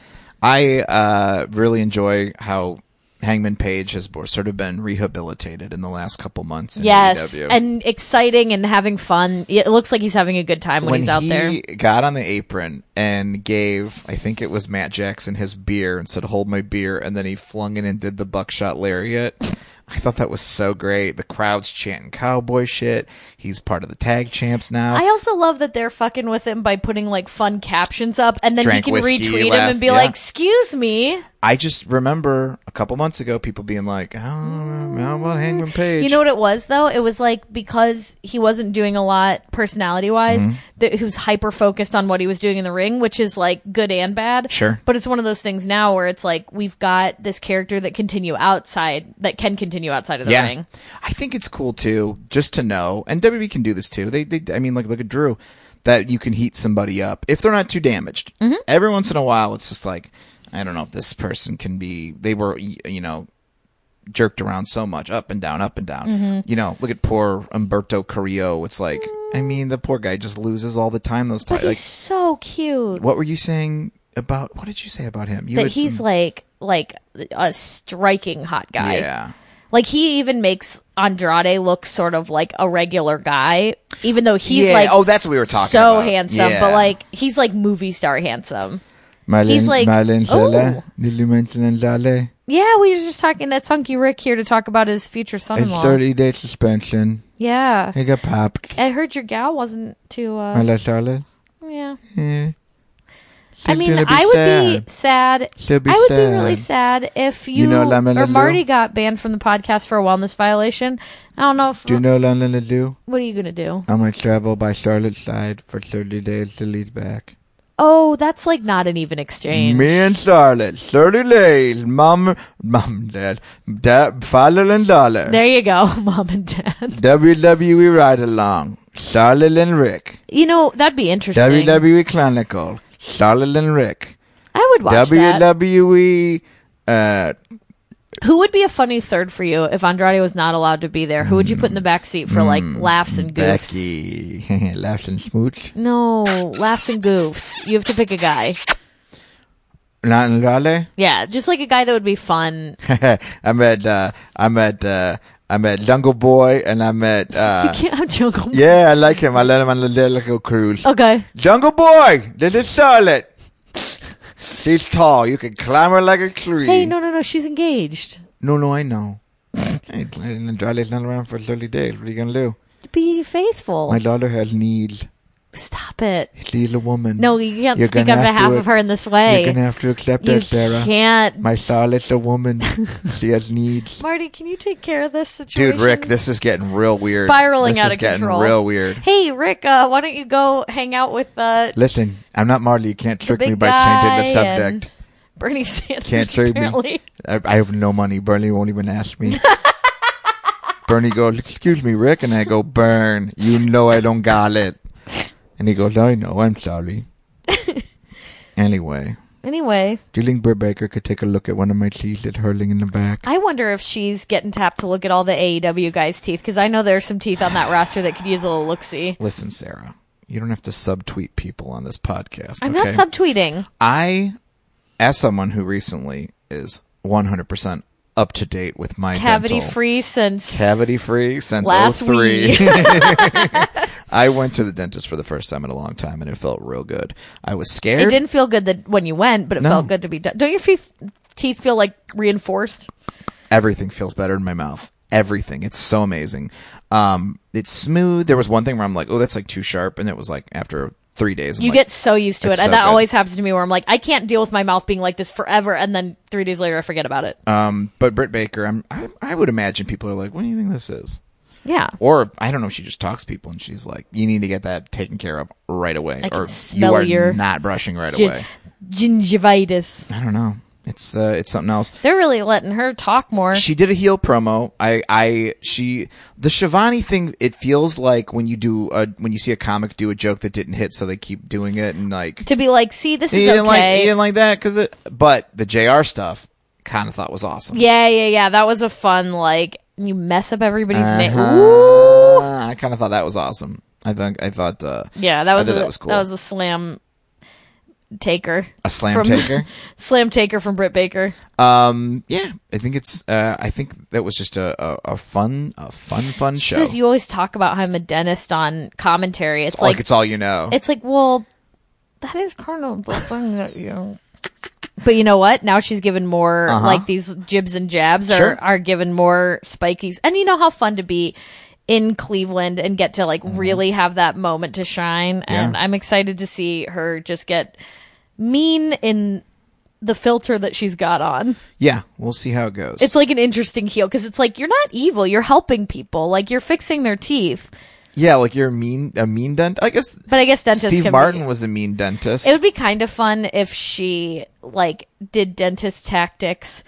Speaker 3: I uh, really enjoy how Hangman Page has bo- sort of been rehabilitated in the last couple months. In E
Speaker 4: Yes,
Speaker 3: AEW.
Speaker 4: and exciting and having fun. It looks like he's having a good time when,
Speaker 3: when
Speaker 4: he's out
Speaker 3: he
Speaker 4: there.
Speaker 3: got on the apron and gave, I think it was Matt Jackson his beer and said, "Hold my beer," and then he flung it and did the buckshot lariat. I thought that was so great. The crowd's chanting cowboy shit. He's part of the tag champs now.
Speaker 4: I also love that they're fucking with him by putting like fun captions up, and then
Speaker 3: Drank
Speaker 4: he can
Speaker 3: whiskey
Speaker 4: retweet him
Speaker 3: last-
Speaker 4: and be
Speaker 3: yeah.
Speaker 4: like, "Excuse me,
Speaker 3: I just remember a couple months ago people being like, "I don't know about Hangman Page."
Speaker 4: You know what it was though? It was like because he wasn't doing a lot personality wise,
Speaker 3: Mm-hmm.
Speaker 4: that he was hyper focused on what he was doing in the ring, which is like good and bad.
Speaker 3: Sure.
Speaker 4: But it's one of those things now where it's like we've got this character that continue outside that can continue outside of the ring.
Speaker 3: I think it's cool too, just to know, and WWE can do this too. They, they I mean, like look at Drew, that you can heat somebody up if they're not too damaged.
Speaker 4: Mm-hmm.
Speaker 3: Every once in a while, it's just like, I don't know if this person can be. They were, y- you know, jerked around so much, up and down, up and down.
Speaker 4: Mm-hmm.
Speaker 3: You know, look at poor Umberto Carrillo. It's like, I mean, the poor guy just loses all the time. Those
Speaker 4: Mm. But
Speaker 3: times,
Speaker 4: he's
Speaker 3: like,
Speaker 4: so cute
Speaker 3: what were you saying about? What did you say about him? You
Speaker 4: that
Speaker 3: had
Speaker 4: he's
Speaker 3: some-
Speaker 4: like like a striking hot guy.
Speaker 3: yeah.
Speaker 4: Like he even makes Andrade look sort of like a regular guy, even though he's
Speaker 3: Yeah.
Speaker 4: like
Speaker 3: oh, that's what we were talking
Speaker 4: so
Speaker 3: about.
Speaker 4: handsome,
Speaker 3: Yeah.
Speaker 4: but like he's like movie star handsome.
Speaker 5: Marlene,
Speaker 4: He's like, Marlene Lala, "Oh."
Speaker 5: Lale,
Speaker 4: Yeah, we were just talking. That's Funky Rick here to talk about his future son-in-law.
Speaker 5: day suspension.
Speaker 4: Yeah,
Speaker 5: He got popped.
Speaker 4: I heard your gal wasn't too. Uh,
Speaker 5: Marla Charlotte.
Speaker 4: yeah, I
Speaker 5: She's
Speaker 4: mean,
Speaker 5: gonna be
Speaker 4: I would
Speaker 5: sad.
Speaker 4: be sad.
Speaker 5: She'll be
Speaker 4: I would
Speaker 5: sad.
Speaker 4: be really sad if you,
Speaker 5: You know Lama
Speaker 4: or
Speaker 5: Laloo?
Speaker 4: Marty got banned from the podcast for a wellness violation. I don't know if.
Speaker 5: Do you know Lana Ledoux?
Speaker 4: what are you gonna do?
Speaker 5: I'm gonna travel by Charlotte's side for 30 days to lead back.
Speaker 4: Oh, that's like not an even exchange.
Speaker 5: Me and Charlotte, 30 days, mom, mom, dad, dad, father and daughter.
Speaker 4: There you go, mom and dad.
Speaker 5: WWE Ride Along, Charlotte and Rick. E
Speaker 4: You know that'd be interesting.
Speaker 5: WWE Chronicle, Charlotte and Rick.
Speaker 4: I would watch that.
Speaker 5: WWE, uh,
Speaker 4: Who would be a funny third for you if Andrade was not allowed to be there? Who would you put in the back seat for like
Speaker 5: Hmm,
Speaker 4: laughs and goofs?
Speaker 5: Becky. Laughs and smooch.
Speaker 4: No, laughs and goofs. You have to pick a guy.
Speaker 5: Not in Raleigh?
Speaker 4: Yeah, just like a guy that would be fun.
Speaker 5: I'm at, uh, I'm at, uh, I'm at Jungle Boy and I'm at, uh,
Speaker 4: you can't have Jungle Boy.
Speaker 5: Yeah, I like him. I let him on the little cruise.
Speaker 4: Okay.
Speaker 5: Jungle Boy, this is Charlotte. She's tall. You can climb her like a tree.
Speaker 4: Hey, no, no, no. She's engaged.
Speaker 5: no, no, I know. hey, Charlotte's not around for 30 days. What are you going to do?
Speaker 4: Be faithful.
Speaker 5: My daughter has needs.
Speaker 4: Stop it.
Speaker 5: She's a woman.
Speaker 4: No, you can't
Speaker 5: You're
Speaker 4: speak
Speaker 5: gonna
Speaker 4: on
Speaker 5: have
Speaker 4: behalf
Speaker 5: to-
Speaker 4: of her in this
Speaker 5: You're
Speaker 4: way.
Speaker 5: going to have to accept
Speaker 4: You
Speaker 5: that, Sarah.
Speaker 4: can't.
Speaker 5: My Charlotte's a woman. she has needs.
Speaker 4: Marty, can you take care of this situation?
Speaker 3: Dude, Rick, this is getting real weird.
Speaker 4: Spiraling
Speaker 3: this
Speaker 4: out
Speaker 3: is
Speaker 4: of
Speaker 3: getting
Speaker 4: control.
Speaker 3: real weird.
Speaker 4: Hey, Rick, uh, why don't you go hang out with uh,
Speaker 5: Listen, I'm not Marley. You can't trick
Speaker 4: big
Speaker 5: me by changing the
Speaker 4: guy and-
Speaker 5: subject.
Speaker 4: Bernie Sanders?
Speaker 5: Can't save
Speaker 4: apparently.
Speaker 5: me. I, I have no money. Bernie won't even ask me. Bernie goes, "Excuse me, Rick," and I go, "Burn, you know I don't got it." And he goes, "I know. I'm sorry." anyway,
Speaker 4: Anyway,
Speaker 5: do you think Britt Baker could take a look at one of my teeth that's hurling in the back?
Speaker 4: I wonder if she's getting tapped to look at all the AEW guys' teeth because I know there's some teeth on that roster that could use a little look see.
Speaker 3: Listen, Sarah, you don't have to subtweet people on this podcast.
Speaker 4: I'm
Speaker 3: okay?
Speaker 4: not subtweeting.
Speaker 3: I, as someone who recently is 100% up to date with my
Speaker 4: Cavity
Speaker 3: dental-
Speaker 4: free since
Speaker 3: cavity free since
Speaker 4: Last
Speaker 3: 03. I went to the dentist for the first time in a long time and it felt real good. I was scared.
Speaker 4: it didn't feel good that when you went, but it felt good to be done. Don't your teeth teeth feel like reinforced?
Speaker 3: everything feels better in my mouth. Everything. It's so amazing. Um, it's smooth. There was one thing where I'm like, oh, that's like too sharp. And it was like after three days. I'm
Speaker 4: You
Speaker 3: like,
Speaker 4: get so used to it,
Speaker 3: it's
Speaker 4: and
Speaker 3: so
Speaker 4: that
Speaker 3: good.
Speaker 4: always happens to me where I'm like, I can't deal with my mouth being like this forever, and then three days later I forget about it.
Speaker 3: Um, but Britt Baker, I'm, I, I would imagine people are like, what do you think this is?
Speaker 4: yeah,
Speaker 3: Or I don't know if she just talks to people and she's like, you need to get that taken care of right away.
Speaker 4: I can
Speaker 3: or you
Speaker 4: smell
Speaker 3: are
Speaker 4: your
Speaker 3: not brushing right
Speaker 4: Gin-
Speaker 3: away.
Speaker 4: gingivitis.
Speaker 3: I don't know. It's uh, it's something else.
Speaker 4: They're really letting her talk more.
Speaker 3: She did a heel promo. I, I, she, the Shivani thing. It feels like when you do a, when you see a comic do a joke that didn't hit, so they keep doing it and like
Speaker 4: to be like, see, this
Speaker 3: you
Speaker 4: is
Speaker 3: didn't like, you
Speaker 4: okay.
Speaker 3: didn't like that because it. But the Jr. stuff, kind of thought was awesome.
Speaker 4: yeah, yeah, yeah. That was a fun like you mess up everybody's name.
Speaker 3: Uh, I kind of thought that was awesome. I think I thought. Uh,
Speaker 4: Yeah, that
Speaker 3: I
Speaker 4: was
Speaker 3: thought
Speaker 4: a,
Speaker 3: that was cool.
Speaker 4: That was a slam taker.
Speaker 3: a slam
Speaker 4: from-
Speaker 3: taker.
Speaker 4: Slam taker from Britt Baker.
Speaker 3: Um, yeah, I think it's. Uh, I think that was just a, a, a fun, a fun, fun show.
Speaker 4: Because you always talk about how I'm a dentist on commentary. It's,
Speaker 3: like,
Speaker 4: like
Speaker 3: it's all you know.
Speaker 4: It's like, well, that is kind of the thing that you. But you know what? Now she's given more like these jibs and jabs are
Speaker 3: Uh-huh. Sure.
Speaker 4: are given more spikies, and you know how fun to be in Cleveland and get to like really have that moment to shine. And
Speaker 3: Mm-hmm. Yeah.
Speaker 4: I'm excited to see her just get mean in the filter that she's got on.
Speaker 3: yeah, we'll see how it goes.
Speaker 4: It's like an interesting heel because it's like you're not evil, you're helping people, like you're fixing their teeth.
Speaker 3: yeah, like you're a mean, a mean dent. I guess
Speaker 4: But I guess dentists
Speaker 3: Steve
Speaker 4: can
Speaker 3: Martin
Speaker 4: be-
Speaker 3: was a mean dentist.
Speaker 4: It would be kind of fun if she like did dentist tactics,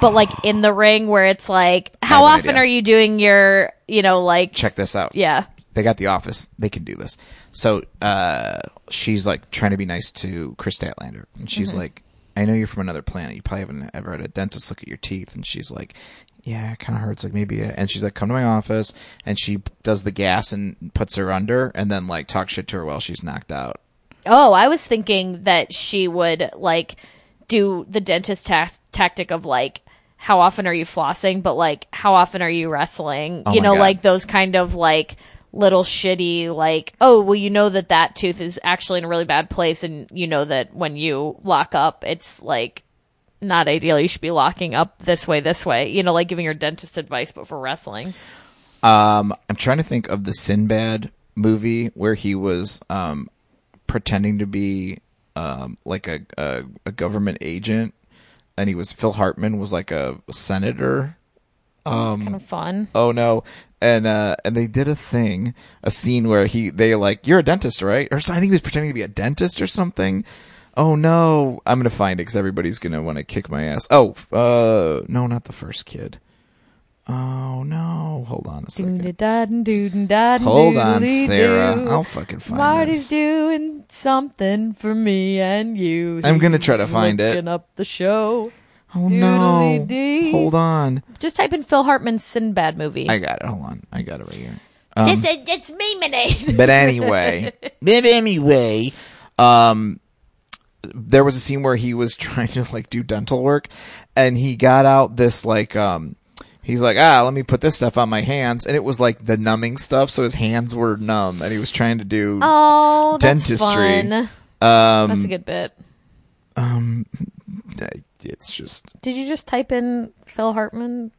Speaker 4: but like in the ring where it's like, how
Speaker 3: an
Speaker 4: often
Speaker 3: idea.
Speaker 4: are you doing your, you know, like
Speaker 3: Check this out.
Speaker 4: Yeah,
Speaker 3: they got the office. They can do this. So uh, she's like trying to be nice to Chris Statlander, and she's like, "I know you're from another planet. You probably haven't ever had a dentist look at your teeth." And she's like, "Yeah, it kind of hurts. Like maybe." uh," And she's like, "Come to my office," and she does the gas and puts her under, and then like talks shit to her while she's knocked out.
Speaker 4: Oh, I was thinking that she would like do the dentist ta- tactic of like how often are you flossing, but like how often are you wrestling? you
Speaker 3: Oh my
Speaker 4: know,
Speaker 3: God.
Speaker 4: like those kind of like little shitty like oh well you know that that tooth is actually in a really bad place and you know that when you lock up it's like not ideal you should be locking up this way this way you know like giving your dentist advice but for wrestling
Speaker 3: Um, I'm trying to think of the Sinbad movie where he was um, pretending to be um, like a, a a government agent, and he was Phil Hartman was like a senator.
Speaker 4: kind of fun
Speaker 3: Oh no. And uh, and they did a thing, a scene where he they like you're a dentist, right? Or so, I think he was pretending to be a dentist or something. Oh no, I'm gonna find it because everybody's gonna want to kick my ass. Oh, uh, no, not the first kid. Oh no, hold on a second. Hold
Speaker 4: Hold
Speaker 3: on, Sarah. I'll fucking find
Speaker 4: Marty's
Speaker 3: this.
Speaker 4: doing something for me and you.
Speaker 3: I'm gonna try to
Speaker 4: He's
Speaker 3: find it.
Speaker 4: looking up the show.
Speaker 3: Oh no.
Speaker 4: Doodly-dee.
Speaker 3: Hold on.
Speaker 4: Just type in Phil Hartman's Sinbad movie.
Speaker 3: I um, got it. Hold on. I got it right here.
Speaker 4: This is- it's me, Minnie.
Speaker 3: But anyway, but anyway, um, there was a scene where he was trying to like do dental work, and he got out this like um, he's like ah, let me put this stuff on my hands, and it was like the numbing stuff, so his hands were numb, and he was trying to do
Speaker 4: Oh, that's
Speaker 3: Dentistry.
Speaker 4: fun.
Speaker 3: um,
Speaker 4: That's a good bit.
Speaker 3: it's just
Speaker 4: Did you just type in Phil Hartman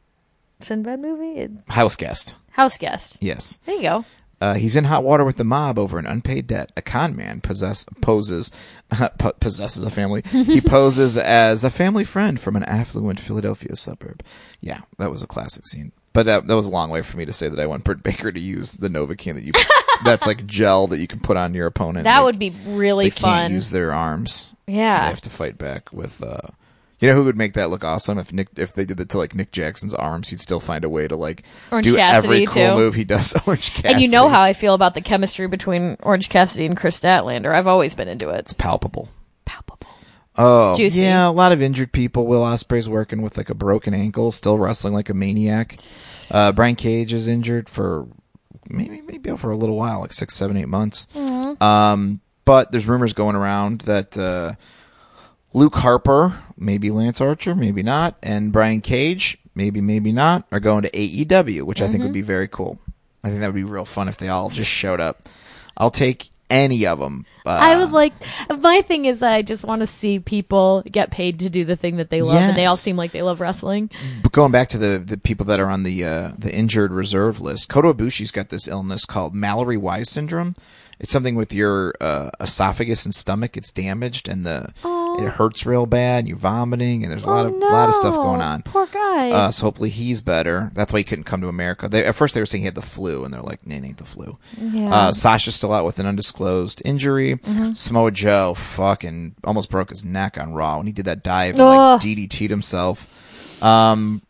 Speaker 4: Sinbad movie? It-
Speaker 3: house guest.
Speaker 4: House guest.
Speaker 3: Yes.
Speaker 4: There you go.
Speaker 3: Uh, he's in hot water with the mob over an unpaid debt. A con man possess, poses po- possesses a family. He poses as a family friend from an affluent Philadelphia suburb. Yeah, that was a classic scene. But uh, that was a long way for me to say that I want Britt Baker to use the Novocaine that you that's like gel that you can put on your opponent.
Speaker 4: That
Speaker 3: They-
Speaker 4: would be really
Speaker 3: they can't
Speaker 4: fun.
Speaker 3: use their arms.
Speaker 4: Yeah.
Speaker 3: they have to fight back with. Uh, you know who would make that look awesome if Nick if they did that to like Nick Jackson's arms? He'd still find a way to like
Speaker 4: Orange
Speaker 3: do
Speaker 4: Cassidy,
Speaker 3: every cool
Speaker 4: too.
Speaker 3: move he does. to Orange Cassidy,
Speaker 4: and you know how I feel about the chemistry between Orange Cassidy and Chris Statlander. I've always been into it. It's
Speaker 3: palpable.
Speaker 4: palpable.
Speaker 3: Oh,
Speaker 4: Juicy.
Speaker 3: yeah, a lot of injured people. Will Osprey's working with like a broken ankle, still wrestling like a maniac. Uh, Brian Cage is injured for maybe maybe out for a little while, like six, seven, eight months. Um, but there's rumors going around that uh, Luke Harper, maybe Lance Archer, maybe not, and Brian Cage, maybe maybe not, are going to AEW, which I think
Speaker 4: Mm-hmm.
Speaker 3: would be very cool. I think that would be real fun if they all just showed up. I'll take any of them. Uh,
Speaker 4: I would like. My thing is that I just want to see people get paid to do the thing that they love, and they all
Speaker 3: Yes.
Speaker 4: seem like they love wrestling.
Speaker 3: But going back to the, the people that are on the uh, the injured reserve list, Kota Ibushi's got this illness called Mallory Wise syndrome. It's something with your uh, esophagus and stomach. It's damaged, and the
Speaker 4: Oh.
Speaker 3: It hurts real bad. and You're vomiting, and there's a lot
Speaker 4: Oh,
Speaker 3: of lot of stuff
Speaker 4: no.
Speaker 3: going on.
Speaker 4: Poor guy.
Speaker 3: Uh, so hopefully he's better. That's why he couldn't come to America. They, at first they were saying he had the flu, and they're like, "Nah, it ain't the flu."
Speaker 4: Yeah. Mm-hmm.
Speaker 3: Uh, Sasha's still out with an undisclosed injury. Samoa Joe fucking almost broke his neck on Raw when he did that dive and
Speaker 4: Ugh.
Speaker 3: like DDT'd himself. Um,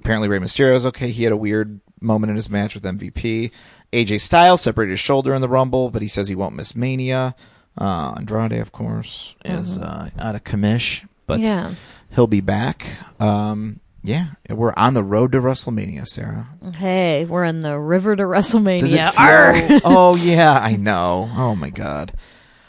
Speaker 3: apparently Rey Mysterio's okay. He had a weird moment in his match with MVP. AJ Styles separated his shoulder in the Rumble, but he says he won't miss Mania. Uh, Andrade, of course, is uh, out of commish, but
Speaker 4: Yeah.
Speaker 3: he'll be back. Um, yeah, we're on the road to WrestleMania, Sarah.
Speaker 4: hey, we're in the river to WrestleMania.
Speaker 3: Does it
Speaker 4: Arr!
Speaker 3: feel? oh yeah, I know. Oh my god.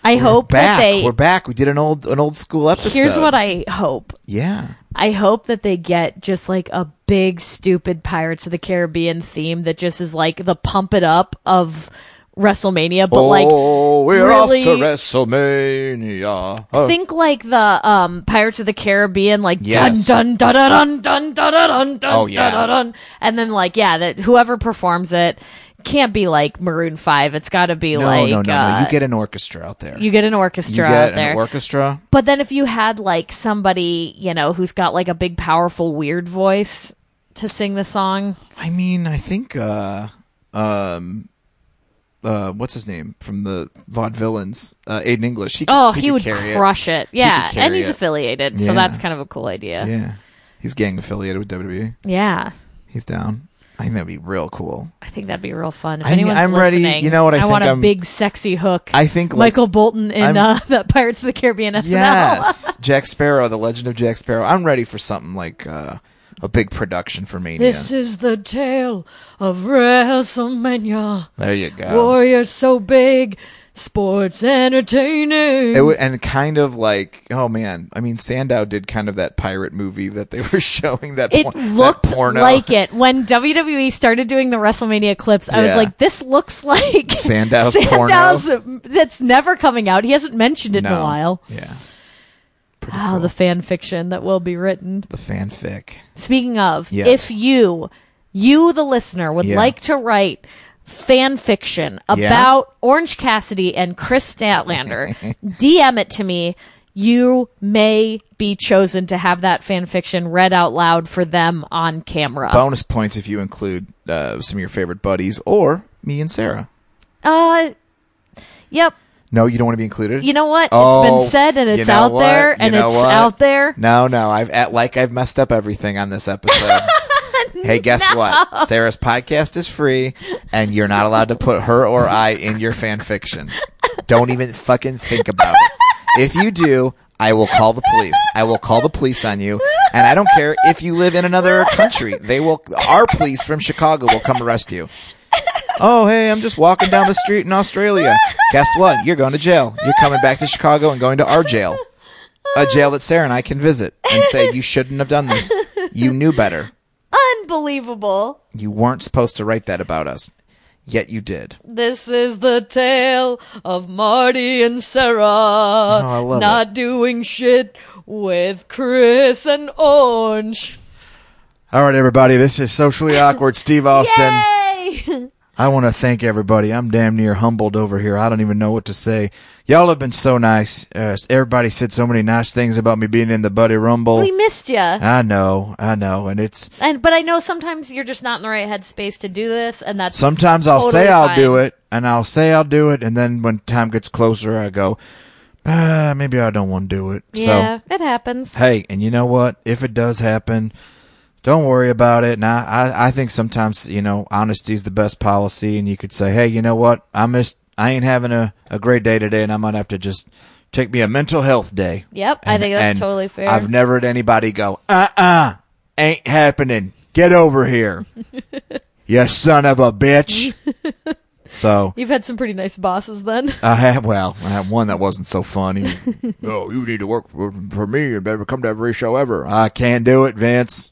Speaker 4: I
Speaker 3: We're
Speaker 4: hope
Speaker 3: back.
Speaker 4: that they.
Speaker 3: We're back. We did an old an old school episode.
Speaker 4: here's what I hope.
Speaker 3: Yeah.
Speaker 4: I hope that they get just like a big stupid Pirates of the Caribbean theme that just is like the pump it up of WrestleMania, but like
Speaker 3: oh, we're
Speaker 4: really-
Speaker 3: off to WrestleMania. Oh,
Speaker 4: think like the um Pirates of the Caribbean like
Speaker 3: Yes.
Speaker 4: dun dun dun dun dun dun dun dun
Speaker 3: Oh,
Speaker 4: dun
Speaker 3: yeah.
Speaker 4: dun dun and then like yeah that whoever performs it can't be like Maroon Five. It's got to be
Speaker 3: no,
Speaker 4: like
Speaker 3: no, no,
Speaker 4: uh,
Speaker 3: no. You get an orchestra out there.
Speaker 4: you get an orchestra
Speaker 3: You get
Speaker 4: out
Speaker 3: an
Speaker 4: there.
Speaker 3: orchestra.
Speaker 4: But then if you had like somebody, you know, who's got like a big powerful weird voice to sing the song.
Speaker 3: I mean, I think uh um uh what's his name from the vaudevillains, uh Aiden English. He could-
Speaker 4: Oh, he,
Speaker 3: could
Speaker 4: would
Speaker 3: carry
Speaker 4: crush it. Yeah,
Speaker 3: could
Speaker 4: and
Speaker 3: carry
Speaker 4: he's
Speaker 3: it.
Speaker 4: affiliated,
Speaker 3: Yeah.
Speaker 4: so that's kind of a cool idea.
Speaker 3: It.
Speaker 4: Yeah.
Speaker 3: Yeah. He's gang affiliated with WWE. He's down. I think that'd be real cool.
Speaker 4: I think that'd be real fun. If
Speaker 3: I-
Speaker 4: anyone's
Speaker 3: I'm ready.
Speaker 4: listening,
Speaker 3: You know what I think
Speaker 4: want a
Speaker 3: I'm-
Speaker 4: big sexy hook.
Speaker 3: I think, like-
Speaker 4: Michael Bolton in
Speaker 3: I'm-
Speaker 4: uh, that Pirates of the Caribbean SNL.
Speaker 3: Yes, Jack Sparrow, the Legend of Jack Sparrow. I'm ready for something like uh, a big production for Mania.
Speaker 4: This is the tale of WrestleMania.
Speaker 3: there you go.
Speaker 4: Warrior so big, sports entertaining.
Speaker 3: It would, and kind of like, oh man, I mean, Sandow did kind of that pirate movie that they were showing that
Speaker 4: It
Speaker 3: por- that
Speaker 4: looked
Speaker 3: porno.
Speaker 4: like it when WWE started doing the WrestleMania clips. I was
Speaker 3: Yeah.
Speaker 4: like, "This looks like
Speaker 3: Sandow's
Speaker 4: that's never coming out. He hasn't mentioned it in a
Speaker 3: No.
Speaker 4: while."
Speaker 3: Yeah,
Speaker 4: Wow, the fan fiction that will be written.
Speaker 3: the fanfic.
Speaker 4: Speaking of,
Speaker 3: Yes.
Speaker 4: if you, you the listener, would
Speaker 3: Yeah.
Speaker 4: like to write fan fiction
Speaker 3: Yeah.
Speaker 4: about Orange Cassidy and Chris Statlander, DM it to me. You may be chosen to have that fan fiction read out loud for them on camera.
Speaker 3: Bonus points if you include uh, some of your favorite buddies or me and Sarah.
Speaker 4: Uh, yep.
Speaker 3: No, you don't want to be included.
Speaker 4: You know what? It's
Speaker 3: Oh,
Speaker 4: been said and
Speaker 3: you
Speaker 4: it's
Speaker 3: know
Speaker 4: out
Speaker 3: what?
Speaker 4: there
Speaker 3: You
Speaker 4: and
Speaker 3: know
Speaker 4: it's
Speaker 3: what?
Speaker 4: out there.
Speaker 3: No, no, I've at, like I've messed up everything on this episode. hey, guess what? Sarah's podcast is free, and you're not allowed to put her or I in your fan fiction. Don't even fucking think about it. If you do, I will call the police. I will call the police on you, and I don't care if you live in another country. They will. Our police from Chicago will come arrest you. Oh, hey, I'm just walking down the street in Australia. Guess what? You're going to jail. You're coming back to Chicago and going to our jail. A jail that Sarah and I can visit and say, you shouldn't have done this. You knew better.
Speaker 4: Unbelievable.
Speaker 3: You weren't supposed to write that about us. Yet you did.
Speaker 4: This is the tale of Marty and Sarah
Speaker 3: Oh, I love
Speaker 4: not doing shit with Chris and Orange.
Speaker 3: All right, everybody. This is Socially Awkward Steve Austin.
Speaker 4: Yay!
Speaker 3: I want to thank everybody. I'm damn near humbled over here. I don't even know what to say. Y'all have been so nice. Uh, everybody said so many nice things about me being in the Buddy Rumble.
Speaker 4: We missed you.
Speaker 3: I know, I know, and it's
Speaker 4: And but I know sometimes you're just not in the right headspace to do this and that's
Speaker 3: Sometimes I'll
Speaker 4: Totally
Speaker 3: say I'll
Speaker 4: fine.
Speaker 3: do it, and I'll say I'll do it, and then when time gets closer, I go, ah, maybe I don't want to do it.
Speaker 4: yeah,
Speaker 3: So
Speaker 4: it happens.
Speaker 3: hey, and you know what? If it does happen, don't worry about it. And I, I, I think sometimes you know honesty is the best policy, and you could say, hey, you know what? I missed. I ain't having a, a great day today, and I might have to just take me a mental health day.
Speaker 4: Yep, I
Speaker 3: And-
Speaker 4: think that's
Speaker 3: and
Speaker 4: totally fair.
Speaker 3: I've never had anybody go, uh uh ain't happening. Get over here. you son of a bitch. so,
Speaker 4: You've had some pretty nice bosses then.
Speaker 3: I had, well, I had one that wasn't so funny. oh, you need to work for, for me. You better come to every show ever. I can't do it, Vince.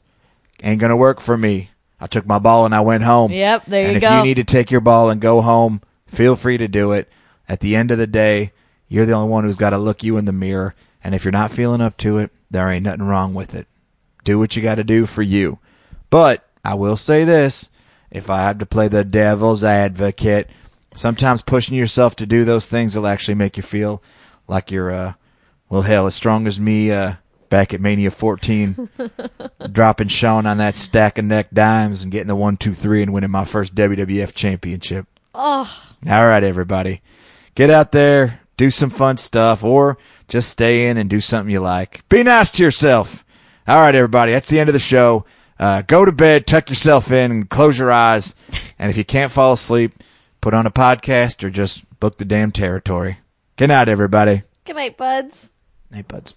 Speaker 3: Ain't going to work for me. I took my ball and I went home.
Speaker 4: Yep, there
Speaker 3: and
Speaker 4: you
Speaker 3: if
Speaker 4: go.
Speaker 3: you need to take your ball and go home, feel free to do it. At the end of the day, you're the only one who's got to look you in the mirror. And if you're not feeling up to it, there ain't nothing wrong with it. Do what you got to do for you. But I will say this if I had to play the devil's advocate, sometimes pushing yourself to do those things will actually make you feel like you're uh,
Speaker 5: Well, hell, as strong as me uh, back at Mania 14, dropping Sean on that stack of neck dimes and getting the one, two, three, and winning my first WWF championship.
Speaker 4: Oh,
Speaker 5: All right, everybody. Get out there, do some fun stuff, or just stay in and do something you like. Be nice to yourself. All right, everybody. That's the end of the show. Uh, go to bed, tuck yourself in, and close your eyes. And if you can't fall asleep, put on a podcast or just book the damn territory. Good night, everybody.
Speaker 4: good night, buds.
Speaker 6: Hey, buds.